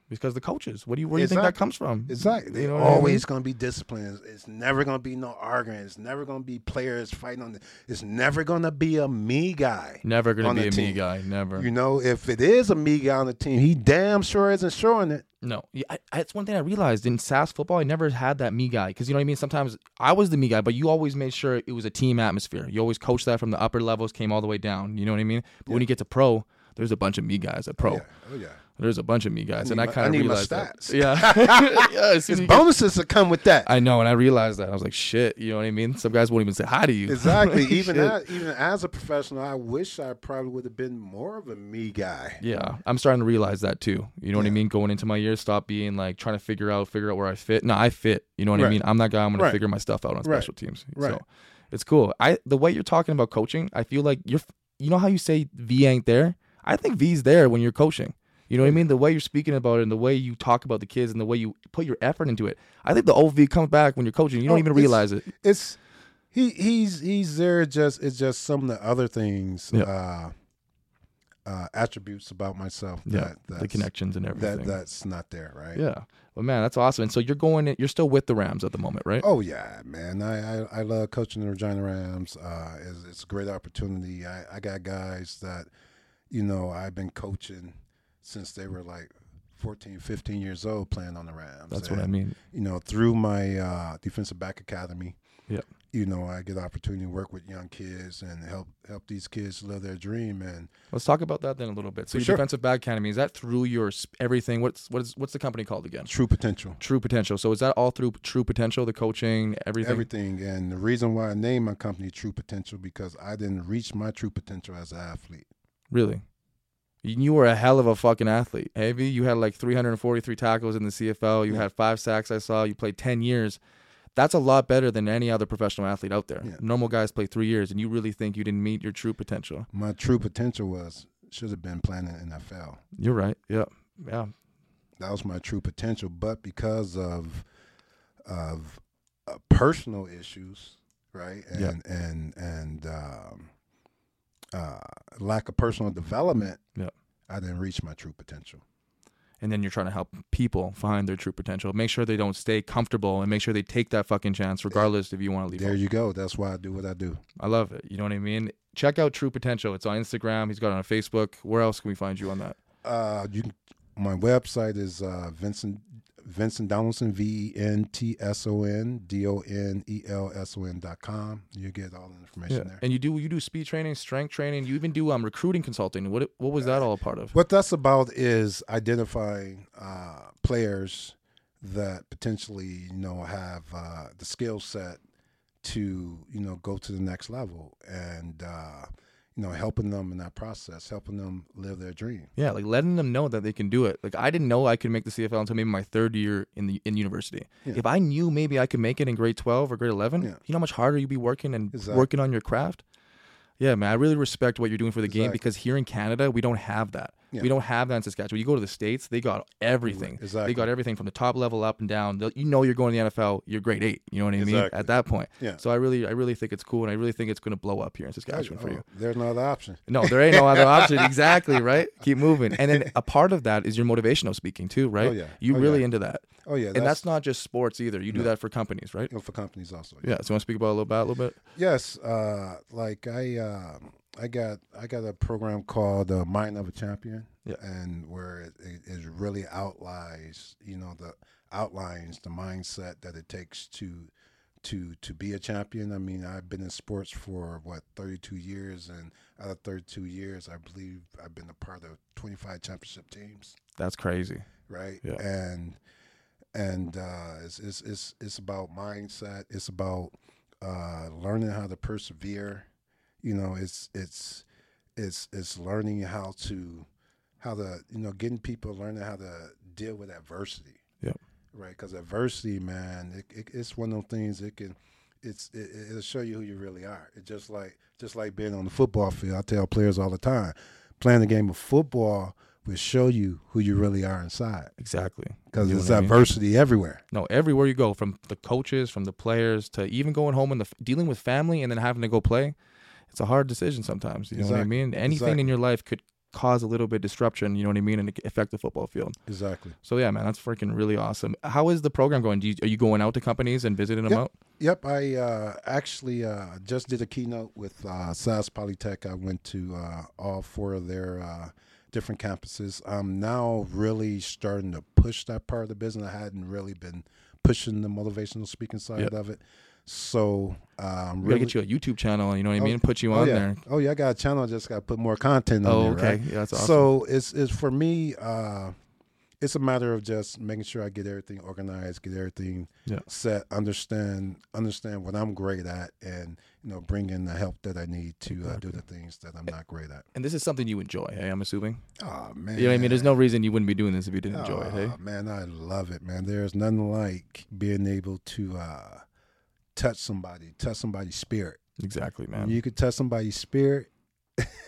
Because the coaches. What do you where do you think that
Exactly.
comes from?
Exactly, they
You know what I mean?
always gonna be disciplined. It's, it's never gonna be no arguing. It's never gonna be players fighting on. The, it's never gonna be a me guy.
Never gonna
on
be
the
a me
team.
guy. Never.
You know, if it is a me guy on the team, he damn sure isn't showing it.
No, yeah, I, I, it's one thing I realized in SAS football. I never had that me guy because you know what I mean. Sometimes I was the me guy, but you always made sure it was a team atmosphere. You always coached that from the upper levels, came all the way down. You know what I mean. But when you get to pro, there's a bunch of me guys at pro.
Yeah. Oh yeah,
There's a bunch of me guys,
need
and I
my- I
kind of
need my
realized that.
stats.
Yeah, yeah. as soon as
it's
you get-
bonuses that come with that.
I know, and I realized that I was like, shit. You know what I mean? Some guys won't even say hi to you.
Exactly.
Like,
even
shit.
as, even as a professional, I wish I probably would have been more of a me guy.
Yeah, I'm starting to realize that too. You know what I
Yeah.
mean? Going into my year, stop being like trying to figure out, figure out where I fit. No, I fit. You know what I
Right.
mean? I'm that guy. I'm gonna
Right.
figure my stuff out on
Right.
special teams.
Right.
So it's cool. I the way you're talking about coaching, I feel like you're. You know how you say V ain't there? I think V's there when you're coaching. You know what I mean? The way you're speaking about it, and the way you talk about the kids, and the way you put your effort into it. I think the old V comes back when you're coaching. You don't
Oh,
even
it's-
realize it.
It's he he's he's there. Just it's just some of the other things.
Yeah.
Uh, uh, attributes about myself
Yeah,
that that's,
the connections and everything.
that that's not there, right?
Yeah. Well, man, that's awesome. And so you're going, you're still with the Rams at the moment, right?
Oh yeah, man! I, I, I love coaching the Regina Rams. Uh, it's, it's a great opportunity. I, I got guys that, you know, I've been coaching since they were like 14, 15 years old, playing on the Rams.
that's what
And,
I mean.
You know, through my uh, defensive back academy.
Yep.
You know, I get the opportunity to work with young kids and help help these kids live their dream. And
Let's talk about that then a little bit. So
For
your
sure.
defensive back academy is that through your sp- everything? What's what's what's the company called again?
true potential.
True Potential. So is that all through True Potential, the coaching, everything?
Everything. And the reason why I named my company True Potential because I didn't reach my true potential as an athlete.
Really? You you were a hell of a fucking athlete. Heavy. You had like 343 tackles in the CFL. You
Yeah.
had five sacks. I saw you played 10 years. That's a lot better than any other professional athlete out there.
Yeah.
Normal guys play three years, and you really think you didn't meet your true potential.
My true potential was should have been playing in the NFL.
You're right. Yeah. Yeah.
That was my true potential, but because of of uh, personal issues, right, and
Yeah.
and and um, uh, lack of personal development,
Yeah.
I didn't reach my true potential.
And then you're trying to help people find their true potential. Make sure they don't stay comfortable and make sure they take that fucking chance, regardless if you want to leave.
There you go. That's why I do what I do.
I love it. You know what I mean? Check out True Potential. It's on Instagram. He's got it on Facebook. Where else can we find you on that?
Uh, you can, my website is uh, Vincent Vincent Donaldson V E N T S O N D O N E L S O N dot com. You get all the information there.
And you do you do speed training, strength training. You even do um recruiting consulting. What what was that all a part of?
What that's about is identifying uh, players that potentially you know have uh, the skill set to you know go to the next level and uh, you know helping them in that process, helping them live their dream.
Yeah, like letting them know that they can do it. Like I didn't know I could make the CFL until maybe my third year in the in university.
Yeah.
If I knew maybe I could make it in grade twelve or grade eleven,
Yeah.
you know how much harder you'd be working and
Exactly.
working on your craft. Yeah, man, I really respect what you're doing for the game
Exactly.
because here in Canada we don't have that.
Yeah.
We don't have that in Saskatchewan. You go to the states, they got everything.
Exactly.
They got everything from the top level up and down. They'll- You know you're going to the NFL. You're grade eight. You know what I mean?
Exactly.
At that point.
Yeah.
So I really, I really think it's cool, and I really think it's going to blow up here in Saskatchewan for you.
Oh, There's another option.
No, there ain't no other option. Exactly, right? Keep moving. And then a part of that is your motivational speaking too, right?
Oh, yeah.
You
Oh,
really
yeah.
into that.
Oh yeah,
and that's not just sports either. You do that for companies, right?
you know, for companies also.
Yeah. So you want to speak about a little bit, a little bit?
Yes, uh, like I, uh, I got I got a program called uh, Mind of a Champion,
Yeah.
and where it, it, it really outlines, you know, the outlines the mindset that it takes to to to be a champion. I mean, I've been in sports for what thirty two years, and out of thirty two years, I believe I've been a part of twenty five championship teams
That's crazy.
right?
Yeah.
And and uh, it's, it's it's it's about mindset. It's about uh, learning how to persevere. You know, it's it's it's it's learning how to how to you know getting people learning how to deal with adversity.
Yep.
Right, because adversity, man, it, it, it's one of those things. It can, it's it, it- it'll show you who you really are. It's just like just like being on the football field. I tell players all the time, playing the game of football will show you who you really are inside
Exactly.
because
Mm-hmm. You know
there's
what I mean?
adversity everywhere.
No, everywhere you go, from the coaches, from the players, to even going home and the, dealing with family and then having to go play, it's a hard decision sometimes. You know what I
Exactly.
mean? Anything in
Exactly.
your life could cause a little bit disruption. You know what I mean? And it could affect the football field.
Exactly.
So yeah, man, that's freaking really awesome. How is the program going? Do you, are you going out to companies and visiting them
Yep.
out?
Yep. I uh, actually uh, just did a keynote with uh, SAS Polytech. I went to uh, all four of their uh, different campuses. I'm now really starting to push that part of the business. I hadn't really been pushing the motivational speaking side
Yep.
of it. So um,
We gotta get you a YouTube channel. You know what I
Oh,
mean? Put you
oh,
on
yeah.
there.
Oh yeah, I got a channel. I just got to put more content on
Oh,
there.
okay.
right?
Yeah, that's awesome.
So it's it's for me. Uh, it's a matter of just making sure I get everything organized, get everything
Yeah.
set, understand understand what I'm great at, and you know bring in the help that I need to uh, do the things that I'm not great at.
and this is something you enjoy. Hey, I'm assuming.
Oh man,
You know what I mean? There's no reason you wouldn't be doing this if you didn't enjoy it. Hey,
Aw, man, I love it, man. There's nothing like being able to uh, touch somebody, touch somebody's spirit.
exactly, man.
You could touch somebody's spirit,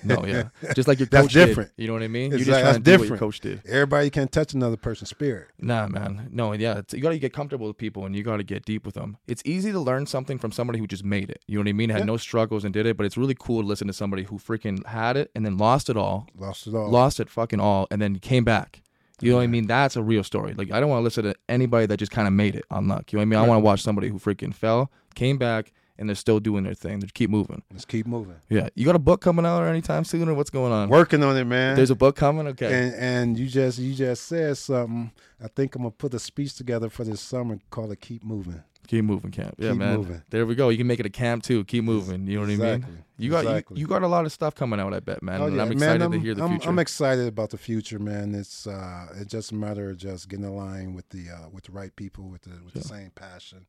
No, yeah. Just like your
That's
coach did,
different.
you know what I mean?
It's
You're just
like-
trying to
that's
do what your
different.
coach did.
Everybody can't touch another person's spirit.
Nah, man. No, yeah. It's, you got to get comfortable with people and you got to get deep with them. It's easy to learn something from somebody who just made it. You know what I mean? Had
Yeah.
no struggles and did it, but it's really cool to listen to somebody who freaking had it and then lost it all,
Lost it all.
lost it fucking all, and then came back. You know what I mean? That's a real story. Like, I don't want to listen to anybody that just kind of made it on luck. You know what I mean? I want to watch somebody who freaking fell, came back, and they're still doing their thing. They keep moving.
Let's keep moving.
Yeah. You got a book coming out or anytime soon or what's going on?
Working on it, man.
There's a book coming? Okay.
and and you just you just said something. I think I'm gonna put a speech together for this summer. Call it "Keep Moving."
Keep moving, camp. Yeah,
Keep
man.
moving.
There we go. You can make it a camp too. Keep moving. You know what I mean?
Exactly.
You got
Exactly.
you, you got a lot of stuff coming out. I bet, man.
Oh,
and
yeah.
I'm excited
man,
to hear the
I'm,
future.
I'm excited about the future, man. It's uh, it's just a matter of just getting aligned with the uh, with the right people with the with the same passion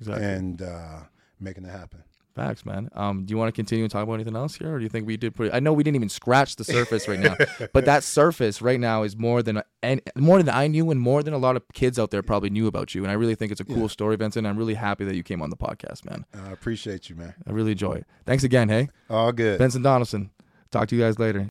exactly.
and uh, making it happen.
Facts, man. Um, do you want to continue and talk about anything else here, or do you think we did pretty? I know we didn't even scratch the surface right now, but that surface right now is more than and more than I knew, and more than a lot of kids out there probably knew about you. And I really think it's a cool story, Vincent. I'm really happy that you came on the podcast, man.
And I appreciate you, man.
I really enjoy it. Thanks again, hey,
All good.
Benson Donaldson. Talk to you guys later.